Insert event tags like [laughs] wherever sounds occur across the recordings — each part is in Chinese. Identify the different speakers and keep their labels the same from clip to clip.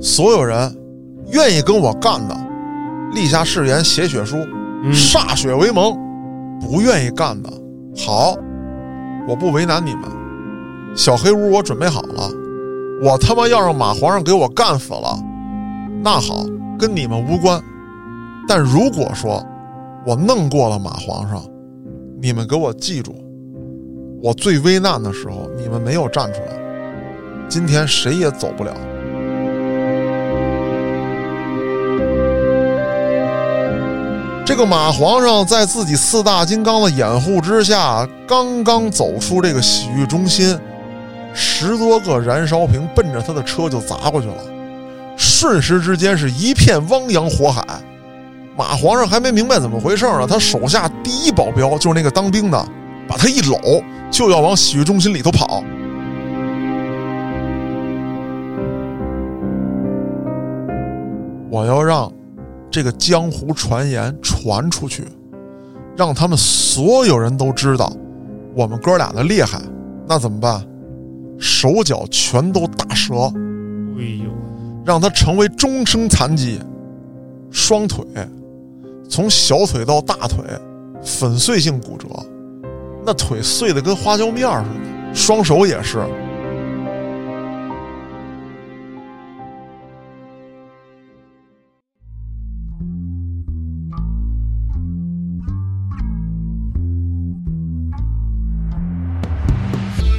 Speaker 1: 所有人愿意跟我干的，立下誓言写血书，
Speaker 2: 嗯
Speaker 1: 歃血为盟；不愿意干的，好，我不为难你们。小黑屋我准备好了，我他妈要让马皇上给我干死了，那好，跟你们无关。但如果说我弄过了马皇上，你们给我记住，我最危难的时候你们没有站出来，今天谁也走不了。这个马皇上在自己四大金刚的掩护之下，刚刚走出这个洗浴中心，十多个燃烧瓶奔着他的车就砸过去了，瞬时之间是一片汪洋火海。马皇上还没明白怎么回事呢，他手下第一保镖就是那个当兵的，把他一搂就要往洗浴中心里头跑。我要让这个江湖传言传出去，让他们所有人都知道我们哥俩的厉害。那怎么办？手脚全都打折，
Speaker 2: 哎呦，
Speaker 1: 让他成为终生残疾，双腿从小腿到大腿粉碎性骨折，那腿碎的跟花椒面儿似的，双手也是。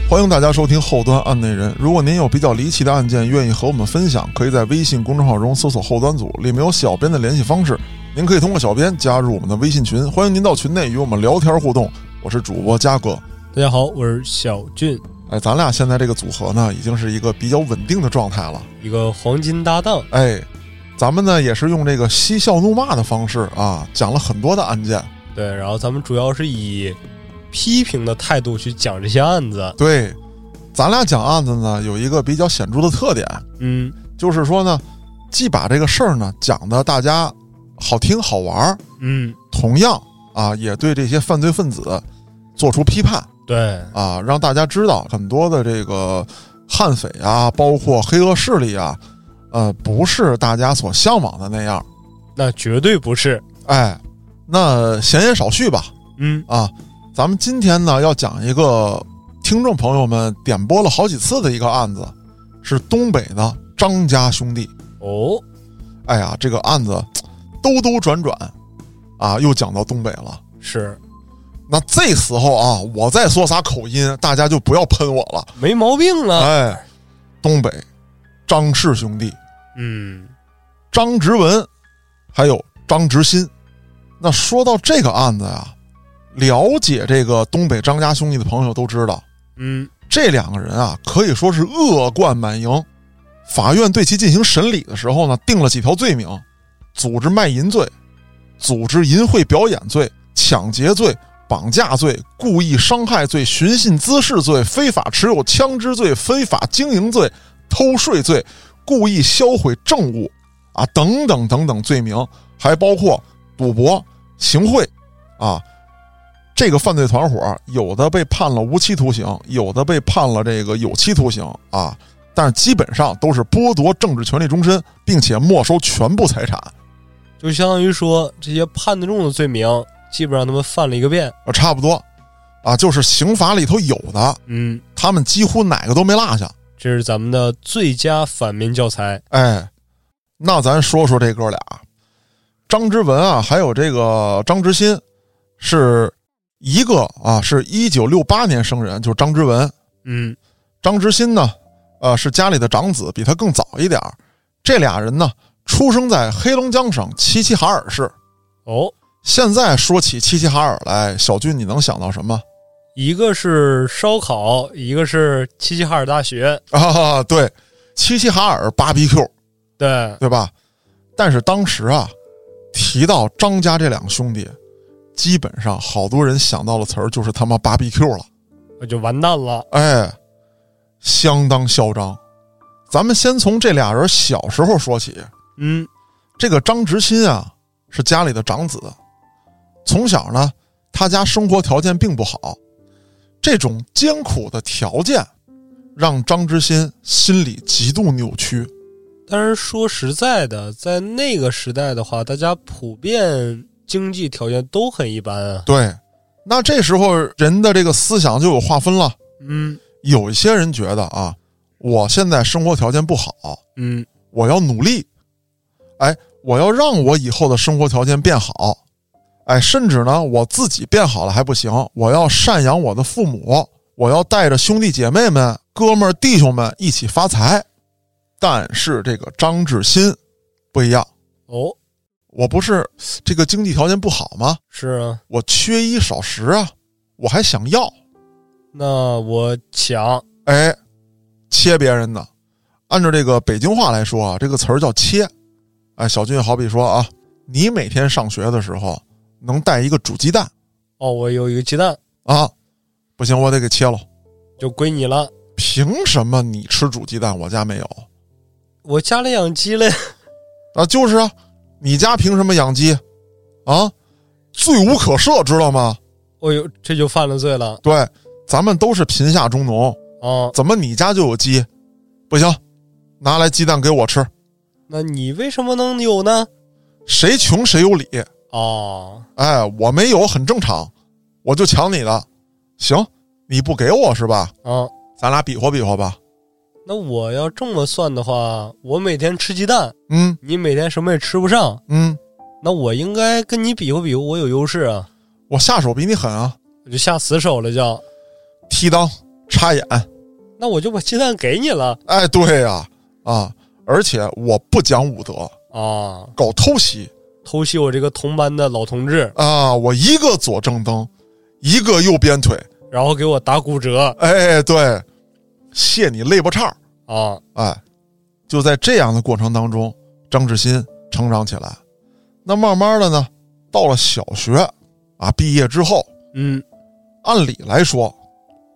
Speaker 1: 欢迎大家收听后端案内人。如果您有比较离奇的案件，愿意和我们分享，可以在微信公众号中搜索“后端组”，里面有小编的联系方式。您可以通过小编加入我们的微信群，欢迎您到群内与我们聊天互动。我是主播嘉哥。
Speaker 2: 大家好，我是小俊，
Speaker 1: 哎，咱俩现在这个组合呢，已经是一个比较稳定的状态了。
Speaker 2: 一个黄金搭档。
Speaker 1: 哎，咱们呢也是用这个嬉笑怒骂的方式啊，讲了很多的案件。
Speaker 2: 对，然后咱们主要是以批评的态度去讲这些案子。
Speaker 1: 对，咱俩讲案子呢，有一个比较显著的特点，
Speaker 2: 嗯，
Speaker 1: 就是说呢，既把这个事儿呢讲的大家好听好玩儿，
Speaker 2: 嗯，
Speaker 1: 同样啊，也对这些犯罪分子做出批判
Speaker 2: 对，
Speaker 1: 啊，让大家知道很多的这个悍匪啊，包括黑恶势力啊，呃，不是大家所向往的那样。
Speaker 2: 那绝对不是。
Speaker 1: 哎，那闲言少叙吧
Speaker 2: 嗯，
Speaker 1: 啊，咱们今天呢要讲一个听众朋友们点播了好几次的一个案子，是东北的张家兄弟。
Speaker 2: 哦，
Speaker 1: 哎呀，这个案子兜兜转转啊，又讲到东北了。
Speaker 2: 是
Speaker 1: 那这时候啊，我再说啥口音，大家就不要喷我了。
Speaker 2: 没毛病啊。
Speaker 1: 哎，东北张氏兄弟
Speaker 2: 嗯，
Speaker 1: 张植文，还有张植新。那说到这个案子呀、了解这个东北张家兄弟的朋友都知道，
Speaker 2: 嗯，
Speaker 1: 这两个人啊可以说是恶贯满盈。法院对其进行审理的时候呢，定了几条罪名：组织卖淫罪、组织淫秽表演罪、抢劫罪、绑架罪、故意伤害罪、寻衅滋事罪、非法持有枪支罪、非法经营罪、偷税罪、故意销毁证物啊等等等等罪名，还包括赌博、行贿啊。这个犯罪团伙有的被判了无期徒刑，有的被判了这个有期徒刑啊，但是基本上都是剥夺政治权利终身，并且没收全部财产。
Speaker 2: 就相当于说这些判得重的罪名，基本上他们犯了一个遍。
Speaker 1: 呃，差不多，啊，就是刑法里头有的，
Speaker 2: 嗯，
Speaker 1: 他们几乎哪个都没落下。
Speaker 2: 这是咱们的最佳反面教材。
Speaker 1: 哎，那咱说说这哥俩，张之文啊，还有这个张之新，是一个啊，是一九六八年生人，就是张之文。
Speaker 2: 嗯，
Speaker 1: 张之新呢，呃，是家里的长子，比他更早一点儿。这俩人呢，出生在黑龙江省齐齐哈尔市。
Speaker 2: 哦，
Speaker 1: 现在说起齐齐哈尔来，小军你能想到什么？
Speaker 2: 一个是烧烤，一个是齐齐哈尔大学。
Speaker 1: 啊， [laughs] 对，齐齐哈尔 BBQ，
Speaker 2: 对，
Speaker 1: 对吧？但是当时啊，提到张家这两个兄弟，基本上好多人想到的词儿就是他妈 BBQ 了，
Speaker 2: 那就完蛋了。
Speaker 1: 哎，相当嚣张。咱们先从这俩人小时候说起。
Speaker 2: 嗯，
Speaker 1: 这个张直新啊，是家里的长子，从小呢，他家生活条件并不好，这种艰苦的条件让张直新心里极度扭曲，
Speaker 2: 但是说实在的，在那个时代的话，大家普遍经济条件都很一般啊。
Speaker 1: 对，那这时候人的这个思想就有划分了。
Speaker 2: 嗯
Speaker 1: 有一些人觉得啊，我现在生活条件不好，
Speaker 2: 嗯
Speaker 1: 我要努力，哎，我要让我以后的生活条件变好，哎，甚至呢，我自己变好了还不行，我要赡养我的父母，我要带着兄弟姐妹们、哥们儿、弟兄们一起发财。但是这个张志新不一样，
Speaker 2: 哦，
Speaker 1: 我不是这个经济条件不好吗？
Speaker 2: 是啊，
Speaker 1: 我缺衣少食啊，我还想要，
Speaker 2: 那我抢，
Speaker 1: 哎，切别人的。按照这个北京话来说啊，这个词儿叫切。哎，小俊好比说啊，你每天上学的时候能带一个煮鸡蛋
Speaker 2: 哦，我有一个鸡蛋
Speaker 1: 啊，不行，我得给切了。
Speaker 2: 就归你了。
Speaker 1: 凭什么你吃煮鸡蛋，我家没有
Speaker 2: 我家里养鸡嘞， [laughs]
Speaker 1: 啊？就是啊，你家凭什么养鸡啊？罪无可赦，知道吗？
Speaker 2: 哦呦，这就犯了罪了
Speaker 1: 对，咱们都是贫下中农，
Speaker 2: 啊！
Speaker 1: 怎么你家就有鸡？不行，拿来鸡蛋给我吃，
Speaker 2: 那你为什么能有呢？
Speaker 1: 谁穷谁有理。
Speaker 2: 哦，
Speaker 1: 哎，我没有很正常，我就抢你的，行，你不给我是吧？
Speaker 2: 啊，
Speaker 1: 咱俩比划比划吧。
Speaker 2: 那我要这么算的话，我每天吃鸡蛋，
Speaker 1: 嗯
Speaker 2: 你每天什么也吃不上，
Speaker 1: 嗯，
Speaker 2: 那我应该跟你比划比划，我有优势啊，
Speaker 1: 我下手比你狠啊，
Speaker 2: 我就下死手了就。
Speaker 1: 踢裆、插眼，
Speaker 2: 那我就把鸡蛋给你了
Speaker 1: 哎，对呀、啊，而且我不讲武德，
Speaker 2: 啊！
Speaker 1: 搞偷袭
Speaker 2: 偷袭我这个同班的老同志，
Speaker 1: 啊，我一个左正蹬，一个右鞭腿，
Speaker 2: 然后给我打骨折
Speaker 1: 哎，对，卸你肋巴叉，
Speaker 2: 啊！
Speaker 1: 哎，就在这样的过程当中，张志新成长起来。那慢慢的呢，到了小学啊，毕业之后，
Speaker 2: 嗯，
Speaker 1: 按理来说，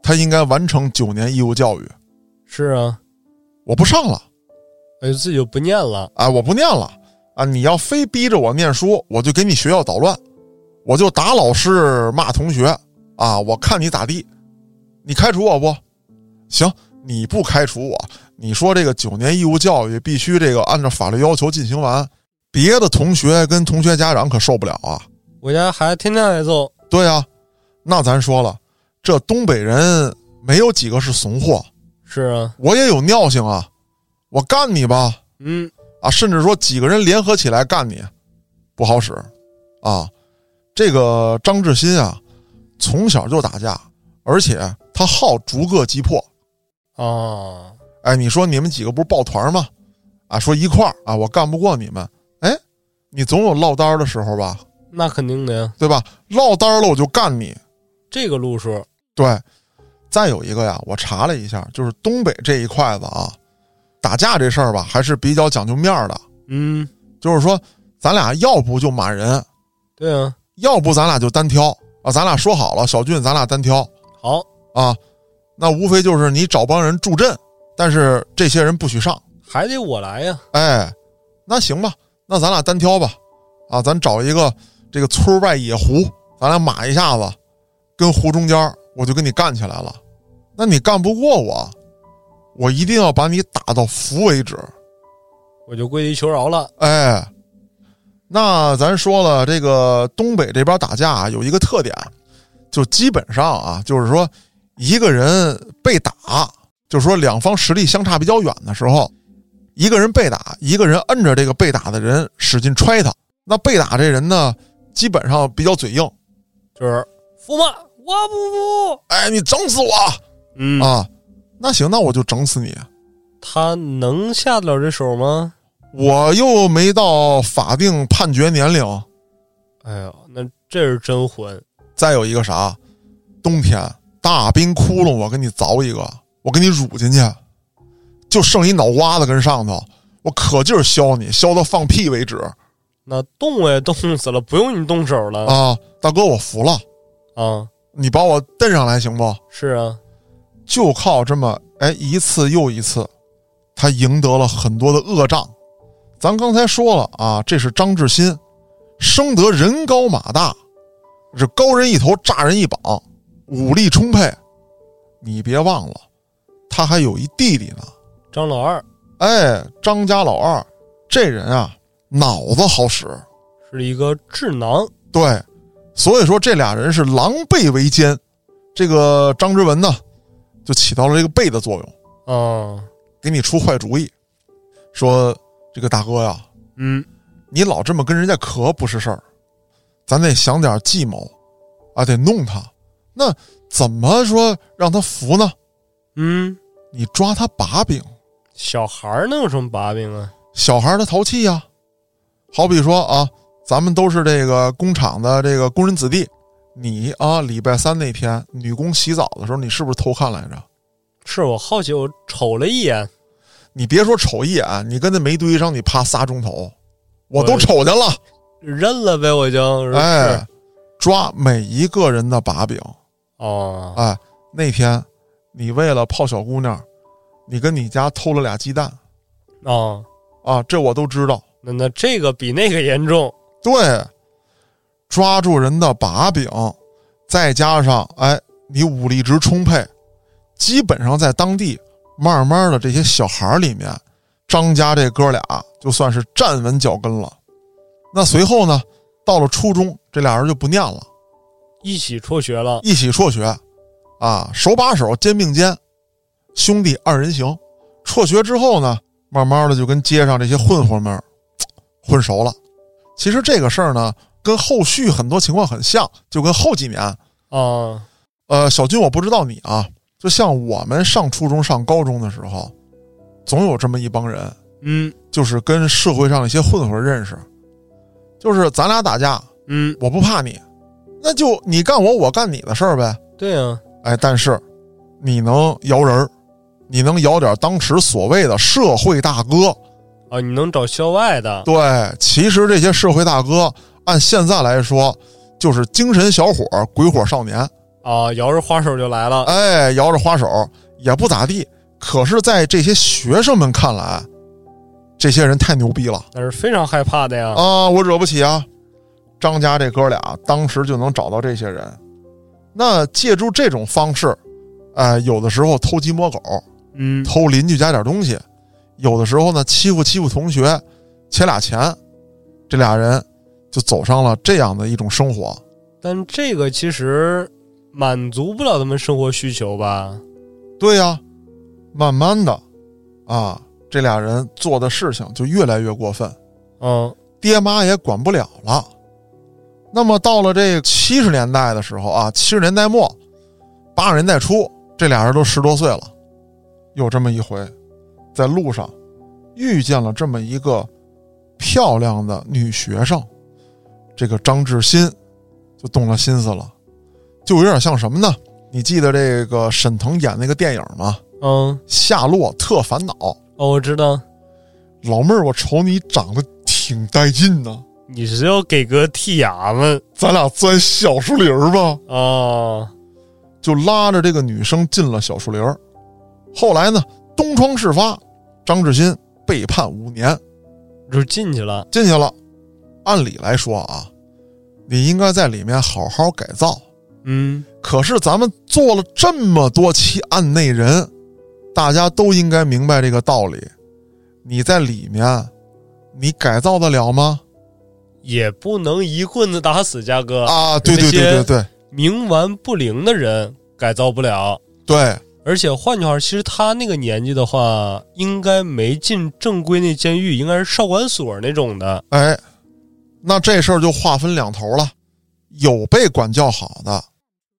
Speaker 1: 他应该完成九年义务教育。
Speaker 2: 是啊，
Speaker 1: 我不上了，
Speaker 2: 我就自己就不念了
Speaker 1: 哎，我不念了啊！你要非逼着我念书，我就给你学校捣乱，我就打老师、骂同学啊！我看你咋地，你开除我不？行，你不开除我，你说这个九年义务教育必须这个按照法律要求进行完，别的同学跟同学家长可受不了啊！
Speaker 2: 我家孩子天天挨揍，
Speaker 1: 对啊，那咱说了，这东北人没有几个是怂货，
Speaker 2: 是啊，
Speaker 1: 我也有尿性啊，我干你吧
Speaker 2: 嗯，
Speaker 1: 啊，甚至说几个人联合起来干你，不好使啊。这个张志新啊，从小就打架，而且他好逐个击破。
Speaker 2: 啊，
Speaker 1: 哎，你说你们几个不是抱团吗？啊，说一块儿啊，我干不过你们，哎，你总有落单儿的时候吧，
Speaker 2: 那肯定的呀，
Speaker 1: 对吧？落单儿了我就干你。
Speaker 2: 这个路数，
Speaker 1: 对，再有一个呀，我查了一下，就是东北这一块子啊，打架这事儿吧，还是比较讲究面儿的。
Speaker 2: 嗯，
Speaker 1: 就是说，咱俩要不就骂人，
Speaker 2: 对啊，
Speaker 1: 要不咱俩就单挑啊。咱俩说好了，小俊咱俩单挑
Speaker 2: 好，
Speaker 1: 啊。那无非就是你找帮人助阵，但是这些人不许上。
Speaker 2: 还得我来呀，
Speaker 1: 哎，那行吧，那咱俩单挑吧。啊，咱找一个这个村外野湖，咱俩码一下子，跟湖中间儿我就跟你干起来了。那你干不过我，我一定要把你打到服为止。
Speaker 2: 我就跪地求饶了，
Speaker 1: 哎，那咱说了，这个东北这边打架啊有一个特点，就基本上啊，就是说一个人被打，就是说两方实力相差比较远的时候，一个人被打，一个人摁着这个被打的人使劲踹他。那被打这人呢，基本上比较嘴硬，
Speaker 2: 就是服吗？我不服，
Speaker 1: 哎，你整死我、
Speaker 2: 嗯，
Speaker 1: 啊！那行，那我就整死你。
Speaker 2: 他能下得了这手吗？
Speaker 1: 我又没到法定判决年龄，
Speaker 2: 哎呀，那这是真混，
Speaker 1: 再有一个啥，冬天大冰窟窿，我给你凿一个，我给你乳进去，就剩一脑瓜子跟上头，我可劲儿削你，削到放屁为止
Speaker 2: 那冻我也冻死了，不用你动手了
Speaker 1: 啊！大哥，我服了，
Speaker 2: 啊！
Speaker 1: 你把我蹬上来行不？
Speaker 2: 是啊，
Speaker 1: 就靠这么哎一次又一次，他赢得了很多的恶仗。咱刚才说了啊，这是张志新，生得人高马大，这高人一头炸人一膀，武力充沛。你别忘了，他还有一弟弟呢。
Speaker 2: 张老二
Speaker 1: 哎，张家老二这人啊，脑子好使，
Speaker 2: 是一个智囊，
Speaker 1: 对，所以说这俩人是狼狈为奸。这个张之文呢，就起到了这个背的作用，
Speaker 2: 啊，
Speaker 1: 给你出坏主意，说这个大哥呀，
Speaker 2: 嗯，
Speaker 1: 你老这么跟人家磕不是事儿，咱得想点计谋啊，得弄他。那怎么说让他服呢？
Speaker 2: 嗯，
Speaker 1: 你抓他把柄，
Speaker 2: 小孩儿能有什么把柄啊？
Speaker 1: 小孩儿他淘气呀。好比说啊，咱们都是这个工厂的这个工人子弟，你啊，礼拜三那天女工洗澡的时候，你是不是偷看来着？
Speaker 2: 是我好奇，我瞅了一眼，
Speaker 1: 你别说瞅一眼，你跟那煤堆上你啪仨钟头，我都
Speaker 2: 我
Speaker 1: 瞅见了。
Speaker 2: 认了呗，我已经是
Speaker 1: 哎，抓每一个人的把柄。
Speaker 2: 哦，
Speaker 1: 哎，那天你为了泡小姑娘，你跟你家偷了俩鸡蛋
Speaker 2: 哦，
Speaker 1: 啊，这我都知道。
Speaker 2: 那那这个比那个严重，
Speaker 1: 对，抓住人的把柄，再加上哎，你武力值充沛，基本上在当地慢慢的这些小孩儿里面，张家这哥俩就算是站稳脚跟了。那随后呢，到了初中，这俩人就不念了，
Speaker 2: 一起辍学了，
Speaker 1: 一起辍学，啊，手把手，肩并肩，兄弟二人行。辍学之后呢，慢慢的就跟街上这些混混们儿混熟了。其实这个事儿呢，跟后续很多情况很像，就跟后几年，
Speaker 2: 啊，
Speaker 1: 呃，小军我不知道你啊，就像我们上初中、上高中的时候，总有这么一帮人，
Speaker 2: 嗯
Speaker 1: 就是跟社会上一些混混认识，就是咱俩打架，
Speaker 2: 嗯，
Speaker 1: 我不怕你，那就你干我，我干你的事儿呗。
Speaker 2: 对啊，
Speaker 1: 哎，但是你能摇人儿，你能摇点当时所谓的社会大哥。
Speaker 2: 啊，你能找校外的，
Speaker 1: 对，其实这些社会大哥，按现在来说，就是精神小伙儿、鬼火少年。
Speaker 2: 啊，摇着花手就来了，
Speaker 1: 哎，摇着花手也不咋地，可是，在这些学生们看来，这些人太牛逼了
Speaker 2: 那是非常害怕的呀，
Speaker 1: 啊！我惹不起啊！张家这哥俩当时就能找到这些人，那借助这种方式，哎，有的时候偷鸡摸狗，
Speaker 2: 嗯
Speaker 1: 偷邻居家点东西，有的时候呢欺负欺负同学，切俩钱，这俩人就走上了这样的一种生活。
Speaker 2: 但这个其实满足不了他们生活需求吧？
Speaker 1: 对呀、慢慢的，啊，这俩人做的事情就越来越过分，
Speaker 2: 嗯
Speaker 1: 爹妈也管不了了。那么到了这七十年代的时候啊，七十年代末，八十年代初，这俩人都十多岁了。有这么一回，在路上遇见了这么一个漂亮的女学生，这个张志新就动了心思了，就有点像什么呢？你记得这个沈腾演那个电影吗？
Speaker 2: 嗯，
Speaker 1: 《夏洛特烦恼》。
Speaker 2: 哦，我知道，
Speaker 1: 老妹儿，我瞅你长得挺带劲呢、
Speaker 2: 你是要给哥剃牙吗？
Speaker 1: 咱俩钻小树林儿吧。
Speaker 2: 啊，
Speaker 1: 就拉着这个女生进了小树林儿。后来呢，东窗事发，张志新被判五年，
Speaker 2: 就进去了，
Speaker 1: 进去了。按理来说啊，你应该在里面好好改造。
Speaker 2: 嗯，
Speaker 1: 可是咱们做了这么多期案内人，大家都应该明白这个道理。你在里面，你改造得了吗？
Speaker 2: 也不能一棍子打死嘉哥，
Speaker 1: 啊，对对对对对
Speaker 2: 冥顽不灵的人改造不了。
Speaker 1: 对，
Speaker 2: 而且换句话说，其实他那个年纪的话，应该没进正规那监狱，应该是少管所那种的。
Speaker 1: 哎，那这事儿就划分两头了，有被管教好的，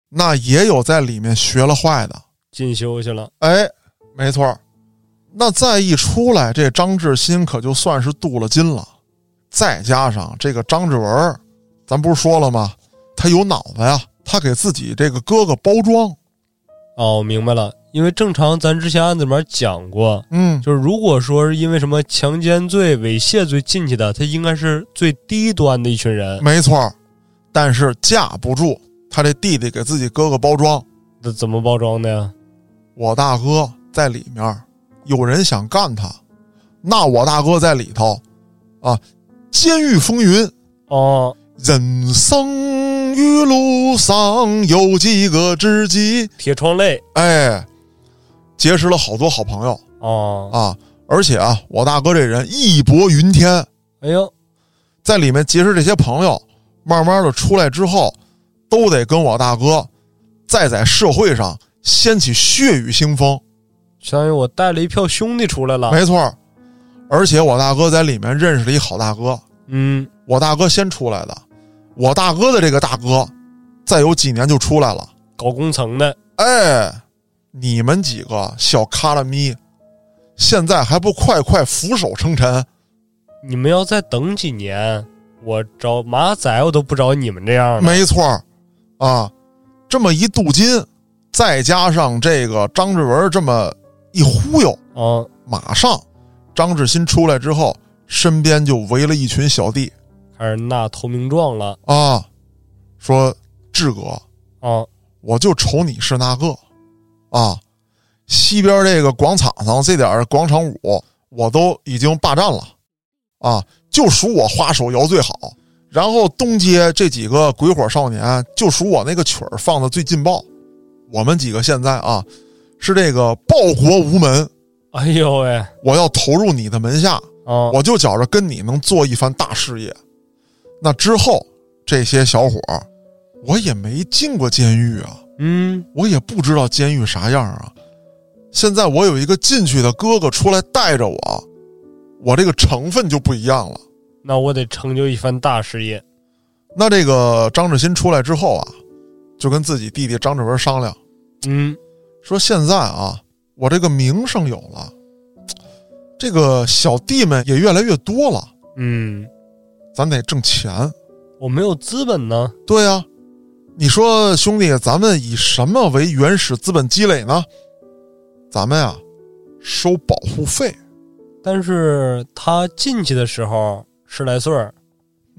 Speaker 1: 那也有在里面学了坏的。
Speaker 2: 进修去了，
Speaker 1: 哎，没错儿。那再一出来，这张志新可就算是镀了金了。再加上这个张志文儿，咱不是说了吗？他有脑子呀，他给自己这个哥哥包装。
Speaker 2: 哦，我明白了，因为正常咱之前案子里面讲过，
Speaker 1: 嗯，
Speaker 2: 就是如果说是因为什么强奸罪、猥亵罪进去的，他应该是最低端的一群人。
Speaker 1: 没错儿。但是架不住他这弟弟给自己哥哥包装，
Speaker 2: 那怎么包装的呀？
Speaker 1: 我大哥在里面儿，有人想干他，那我大哥在里头，啊，监狱风云，
Speaker 2: 哦，
Speaker 1: 人生于路上有几个知己，
Speaker 2: 铁窗泪。
Speaker 1: 哎，结识了好多好朋友
Speaker 2: 哦，
Speaker 1: 啊，而且啊，我大哥这人义薄云天，
Speaker 2: 哎呦，
Speaker 1: 在里面结识这些朋友，慢慢的出来之后，都得跟我大哥再在社会上掀起血雨腥风。
Speaker 2: 相当于我带了一票兄弟出来了。
Speaker 1: 没错儿，而且我大哥在里面认识了一好大哥，
Speaker 2: 嗯，
Speaker 1: 我大哥先出来的，我大哥的这个大哥，再有几年就出来了。
Speaker 2: 搞工程的，
Speaker 1: 哎，你们几个小卡拉咪，现在还不快快俯首称臣？
Speaker 2: 你们要再等几年，我找马仔我都不找你们这样的。
Speaker 1: 没错儿，啊，这么一镀金，再加上这个张志文这么一忽悠，
Speaker 2: 啊，
Speaker 1: 马上张志新出来之后，身边就围了一群小弟
Speaker 2: 开始纳投名状了。
Speaker 1: 啊，说志哥，
Speaker 2: 啊，
Speaker 1: 我就瞅你是那个，啊，西边这个广场上这点儿广场舞我都已经霸占了，啊，就数我花手摇最好。然后东街这几个鬼火少年，就数我那个曲儿放的最劲爆。我们几个现在啊，是这个报国无门，
Speaker 2: 哎呦喂，
Speaker 1: 我要投入你的门下，
Speaker 2: 啊，
Speaker 1: 我就觉着跟你能做一番大事业。那之后，这些小伙儿，我也没进过监狱啊，
Speaker 2: 嗯，
Speaker 1: 我也不知道监狱啥样啊。现在我有一个进去的哥哥出来带着我，我这个成分就不一样了。
Speaker 2: 那我得成就一番大事业。
Speaker 1: 那这个张志新出来之后啊，就跟自己弟弟张志文商量
Speaker 2: 嗯，
Speaker 1: 说：“现在啊，我这个名声有了，这个小弟们也越来越多了，
Speaker 2: 嗯，
Speaker 1: 咱得挣钱。
Speaker 2: 我没有资本呢。
Speaker 1: 对呀、你说兄弟，咱们以什么为原始资本积累呢？咱们啊，收保护费。
Speaker 2: 但是他进去的时候十来岁儿，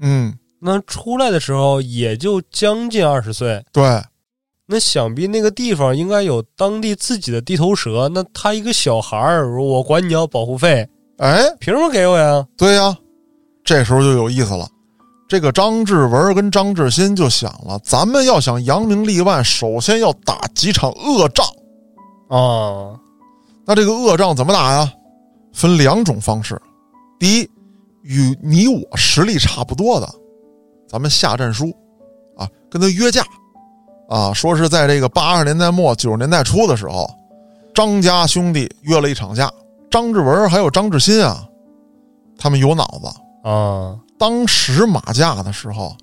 Speaker 1: 嗯，
Speaker 2: 那出来的时候也就将近二十岁。
Speaker 1: 对。”
Speaker 2: 那想必那个地方应该有当地自己的地头蛇。那他一个小孩儿，我管你要保护费，
Speaker 1: 哎，
Speaker 2: 凭什么给我呀？
Speaker 1: 对呀，这时候就有意思了。这个张志文跟张志新就想了，咱们要想扬名立万，首先要打几场恶仗。
Speaker 2: 啊，
Speaker 1: 那这个恶仗怎么打呀？分两种方式。第一，与你我实力差不多的，咱们下战书，啊，跟他约架，啊，说是在这个八十年代末九十年代初的时候，张家兄弟约了一场架。张志文还有张志新啊，他们有脑子，
Speaker 2: 啊，
Speaker 1: 当时马架的时候，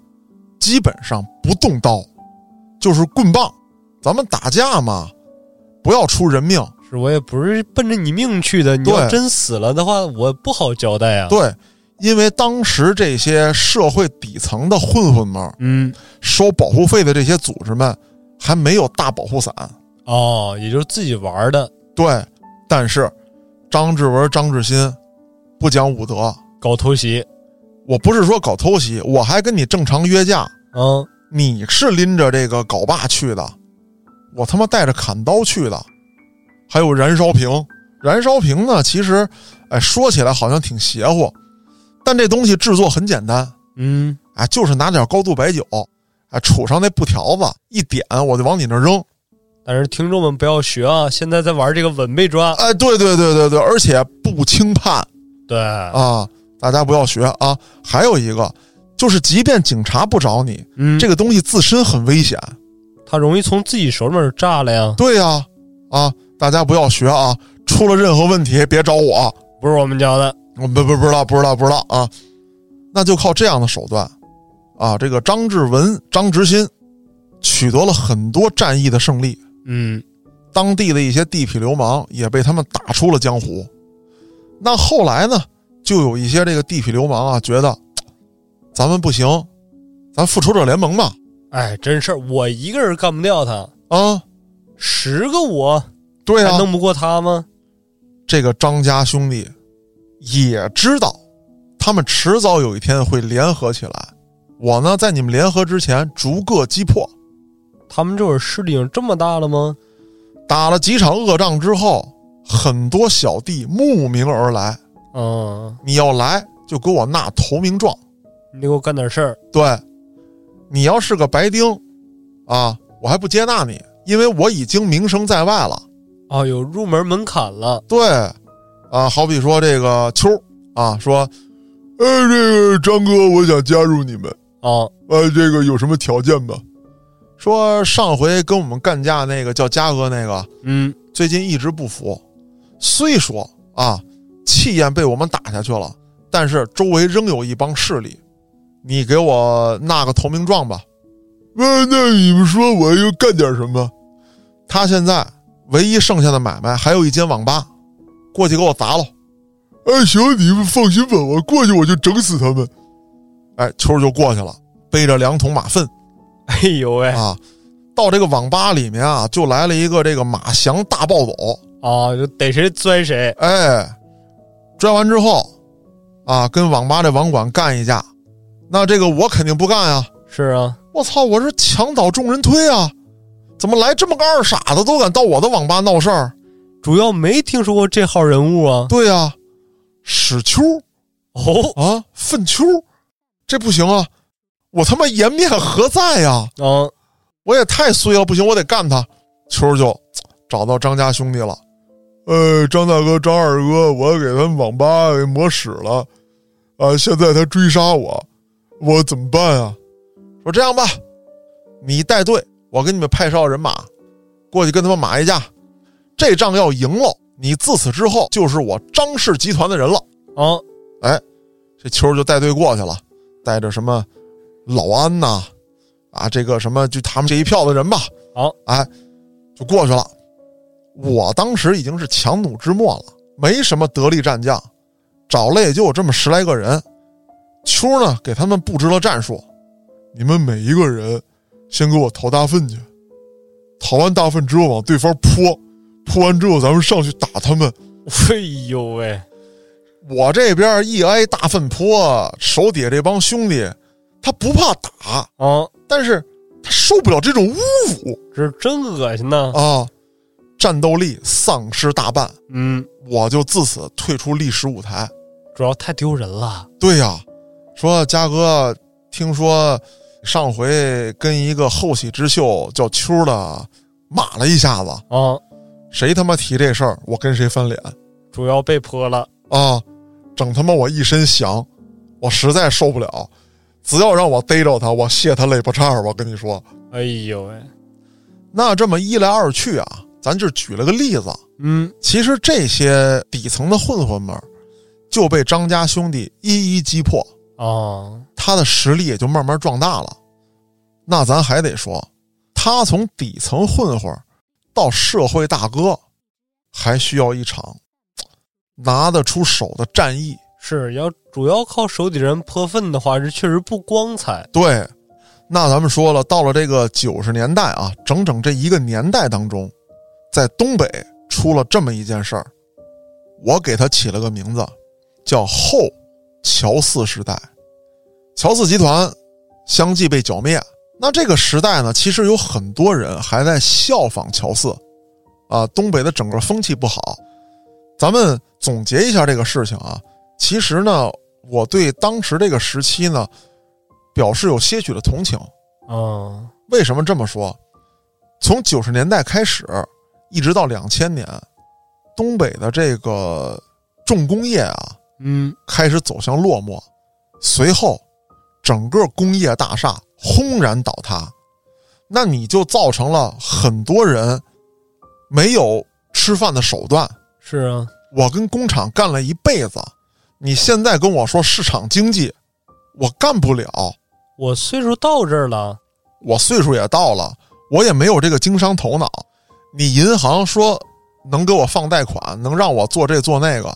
Speaker 1: 基本上不动刀，就是棍棒。咱们打架嘛，不要出人命。
Speaker 2: 是我也不是奔着你命去的。你
Speaker 1: 对
Speaker 2: 要真死了的话，我不好交代啊。，
Speaker 1: 对，因为当时这些社会底层的混混们、
Speaker 2: 嗯，
Speaker 1: 收保护费的这些组织们，还没有大保护伞。
Speaker 2: 哦，也就是自己玩儿的，
Speaker 1: 对，但是张志文、张志新不讲武德。
Speaker 2: 搞偷袭。
Speaker 1: 我不是说搞偷袭，我还跟你正常约架。
Speaker 2: 嗯，
Speaker 1: 你是拎着这个镐把去的，我他妈带着砍刀去的，还有燃烧瓶。燃烧瓶呢，其实，哎，说起来好像挺邪乎，但这东西制作很简单，
Speaker 2: 嗯，
Speaker 1: 啊，就是拿点高度白酒，啊，杵上那布条子，一点我就往你那儿扔。
Speaker 2: 但是听众们不要学啊！现在在玩这个稳被抓，
Speaker 1: 哎，对对对对对，而且不轻判
Speaker 2: 对，
Speaker 1: 啊，大家不要学啊。还有一个就是，即便警察不找你，
Speaker 2: 嗯，
Speaker 1: 这
Speaker 2: 个
Speaker 1: 个东西自身很危险。
Speaker 2: 他容易从自己手里面炸了呀，
Speaker 1: 对呀、啊，大家不要学啊！出了任何问题别找我，
Speaker 2: 不是我们教的。
Speaker 1: 我不不不知道不知道不知道啊！那就靠这样的手段，啊，这个张志文、张直新取得了很多战役的胜利，
Speaker 2: 嗯，
Speaker 1: 当地的一些地痞流氓也被他们打出了江湖。那后来呢，就有一些这个地痞流氓啊，觉得咱们不行，咱复仇者联盟吧，
Speaker 2: 哎，真事儿，我一个人干不掉他，
Speaker 1: 啊，
Speaker 2: 十个我
Speaker 1: 对
Speaker 2: 还
Speaker 1: 啊，
Speaker 2: 弄不过他吗？
Speaker 1: 这个张家兄弟也知道，他们迟早有一天会联合起来。我呢，在你们联合之前逐个击破。
Speaker 2: 他们这会儿势力有这么大了吗？
Speaker 1: 打了几场恶仗之后，很多小弟慕名而来。
Speaker 2: 嗯，
Speaker 1: 你要来就给我纳投名状，
Speaker 2: 你得给我干点事儿。
Speaker 1: 对，你要是个白丁，啊，我还不接纳
Speaker 2: 啊
Speaker 1: 你，因为我已经名声在外了。
Speaker 2: 哦，有入门门槛了。
Speaker 1: 对，啊，好比说这个秋儿啊，说，呃、这个张哥，我想加入你们，
Speaker 2: 啊，
Speaker 1: 呃，这个有什么条件吗？说上回跟我们干架那个叫嘉哥那个，
Speaker 2: 嗯 [laughs]
Speaker 1: 最近一直不服，虽说啊气焰被我们打下去了，但是周围仍有一帮势力，你给我纳个投名状吧。那那你们说我又干点什么？他现在唯一剩下的买卖还有一间网吧，过去给我砸了。哎，行，你们放心吧，我过去我就整死他们。哎，秋儿就过去了，背着两桶马粪，
Speaker 2: 哎呦喂，
Speaker 1: 啊，到这个网吧里面啊，就来了一个这个马翔大暴走，
Speaker 2: 啊，就逮谁钻谁，
Speaker 1: 哎，拽完之后啊，跟网吧这网管干一架，那这个我肯定不干啊！
Speaker 2: 是啊，
Speaker 1: 我操，我是墙倒众人推啊！怎么来这么个二傻子都敢到我的网吧闹事儿？
Speaker 2: 主要没听说过这号人物啊，
Speaker 1: 对呀、史秋
Speaker 2: 哦
Speaker 1: 啊，粪秋，这不行啊！我他妈颜面何在呀、
Speaker 2: 啊，
Speaker 1: 我也太衰了，不行，我得干他。秋儿就找到张家兄弟了，呃，张大哥、张二哥，我给他们网吧给抹屎了，啊，现在他追杀我，我怎么办啊？说这样吧，你带队，我给你们派哨人马，过去跟他们打一架，这仗要赢了，你自此之后就是我张氏集团的人了。
Speaker 2: 啊， [laughs]
Speaker 1: 这秋儿就带队过去了，带着什么老安呐、啊，这个什么就他们这一票的人吧，
Speaker 2: 好，
Speaker 1: 哎，就过去了。我当时已经是强弩之末了，没什么得力战将，找了也就有这么十来个人。秋儿呢，给他们布置了战术：你们每一个人先给我掏大粪去，掏完大粪之后往对方泼，泼完之后咱们上去打他们。
Speaker 2: 哎呦喂，
Speaker 1: 我这边一挨大粪泼，手底下这帮兄弟，他不怕打，
Speaker 2: 啊，
Speaker 1: 但是他受不了这种侮辱
Speaker 2: 这真恶心呐，
Speaker 1: 啊，战斗力丧失大半，
Speaker 2: 嗯，
Speaker 1: 我就自此退出历史舞台。
Speaker 2: 主要太丢人了，
Speaker 1: 对呀、说嘉哥，听说上回跟一个后起之秀叫秋的骂了一下子，
Speaker 2: 啊，
Speaker 1: 谁他妈提这事儿，我跟谁翻脸
Speaker 2: 主要被泼了，
Speaker 1: 啊！整他妈我一身翔，我实在受不了。只要让我逮着他，我卸他肋巴叉儿。我跟你说，
Speaker 2: 哎呦喂，
Speaker 1: 那这么一来二去啊，咱就举了个例子，
Speaker 2: 嗯，
Speaker 1: 其实这些底层的混混们儿就被张家兄弟一一击破，
Speaker 2: 啊，
Speaker 1: 他的实力也就慢慢壮大了。那咱还得说，他从底层混混儿到社会大哥，还需要一场拿得出手的战役。
Speaker 2: 是要主要靠手底人泼粪的话，这确实不光彩，
Speaker 1: 对，那咱们说了，到了这个九十年代啊，整整这一个年代当中，在东北出了这么一件事儿，我给它起了个名字，叫后乔四时代。乔四集团相继被剿灭。那这个时代呢，其实有很多人还在效仿乔四，啊，东北的整个风气不好。咱们总结一下这个事情啊，其实呢，我对当时这个时期呢，表示有些许的同情。
Speaker 2: 啊，
Speaker 1: 为什么这么说？从九十年代开始，一直到两千年，东北的这个重工业啊，
Speaker 2: 嗯，
Speaker 1: 开始走向落寞。随后，整个工业大厦轰然倒塌，那你就造成了很多人没有吃饭的手段。
Speaker 2: 是啊，
Speaker 1: 我跟工厂干了一辈子，你现在跟我说市场经济，我干不了。
Speaker 2: 我岁数到这儿了，
Speaker 1: 我岁数也到了，我也没有这个经商头脑。你银行说能给我放贷款，能让我做这做那个，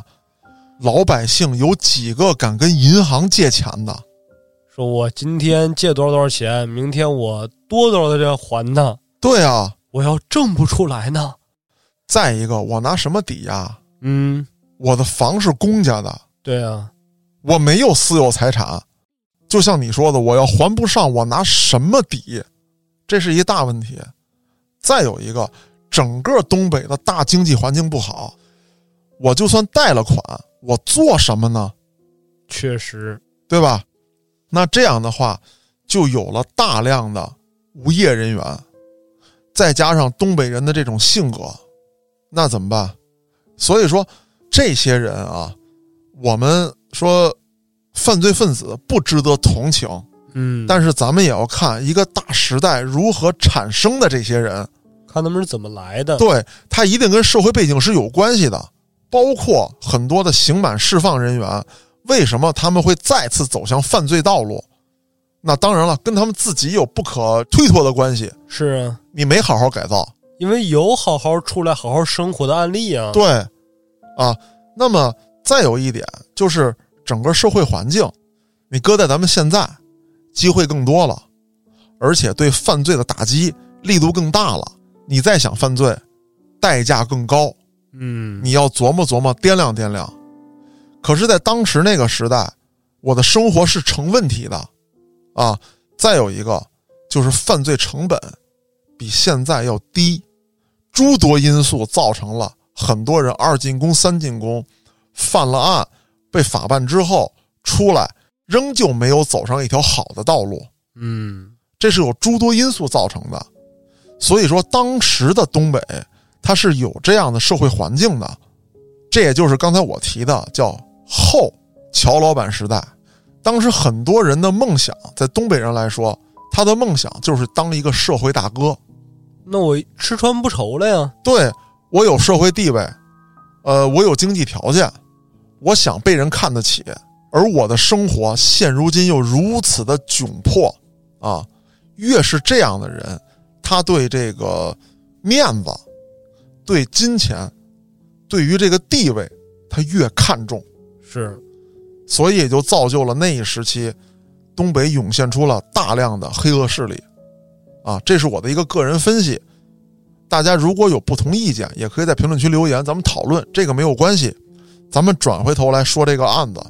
Speaker 1: 老百姓有几个敢跟银行借钱的？
Speaker 2: 说我今天借多少多少钱，明天我多多少的这还他，
Speaker 1: 对啊，
Speaker 2: 我要挣不出来呢，
Speaker 1: 再一个，我拿什么抵押？
Speaker 2: 嗯，
Speaker 1: 我的房是公家的，
Speaker 2: 对啊，
Speaker 1: 我没有私有财产。就像你说的，我要还不上，我拿什么抵？这是一大问题。再有一个，整个东北的大经济环境不好，我就算贷了款，我做什么呢？
Speaker 2: 确实，
Speaker 1: 对吧？那这样的话，就有了大量的无业人员，再加上东北人的这种性格，那怎么办？所以说，这些人啊，我们说犯罪分子不值得同情，
Speaker 2: 嗯，
Speaker 1: 但是咱们也要看一个大时代如何产生的这些人，
Speaker 2: 看他们是怎么来 [laughs] 的。
Speaker 1: 对他一定跟社会背景是有关系的，包括很多的刑满释放人员，为什么他们会再次走向犯罪道路？那当然了，跟他们自己有不可推脱的关系。
Speaker 2: 是啊，
Speaker 1: 你没好好改造，
Speaker 2: 因为有好好出来好好生活的案例啊。
Speaker 1: 对，啊，那么再有一点就是整个社会环境，你搁在咱们现在，机会更多了，而且对犯罪的打击力度更大了。你再想犯罪，代价更高，
Speaker 2: 嗯，
Speaker 1: 你要琢磨琢磨，掂量掂量。可是，在当时那个时代，我的生活是成问题的，啊，再有一个就是犯罪成本比现在要低，诸多因素造成了很多人二进宫、三进宫，犯了案，被法办之后出来，仍旧没有走上一条好的道路。
Speaker 2: 嗯，
Speaker 1: 这是有诸多因素造成的。所以说，当时的东北它是有这样的社会环境的，这也就是刚才我提的叫后乔老板时代。当时很多人的梦想，在东北人来说，他的梦想就是当一个社会大哥。
Speaker 2: 那我吃穿不愁了呀。
Speaker 1: 对我有社会地位，呃，我有经济条件，我想被人看得起，而我的生活现如今又如此的窘迫啊！越是这样的人，他对这个面子、对金钱、对于这个地位，他越看重，
Speaker 2: 是，
Speaker 1: 所以也就造就了那一时期东北涌现出了大量的黑恶势力啊！这是我的一个个人分析。大家如果有不同意见，也可以在评论区留言，咱们讨论，这个没有关系。咱们转回头来说这个案子，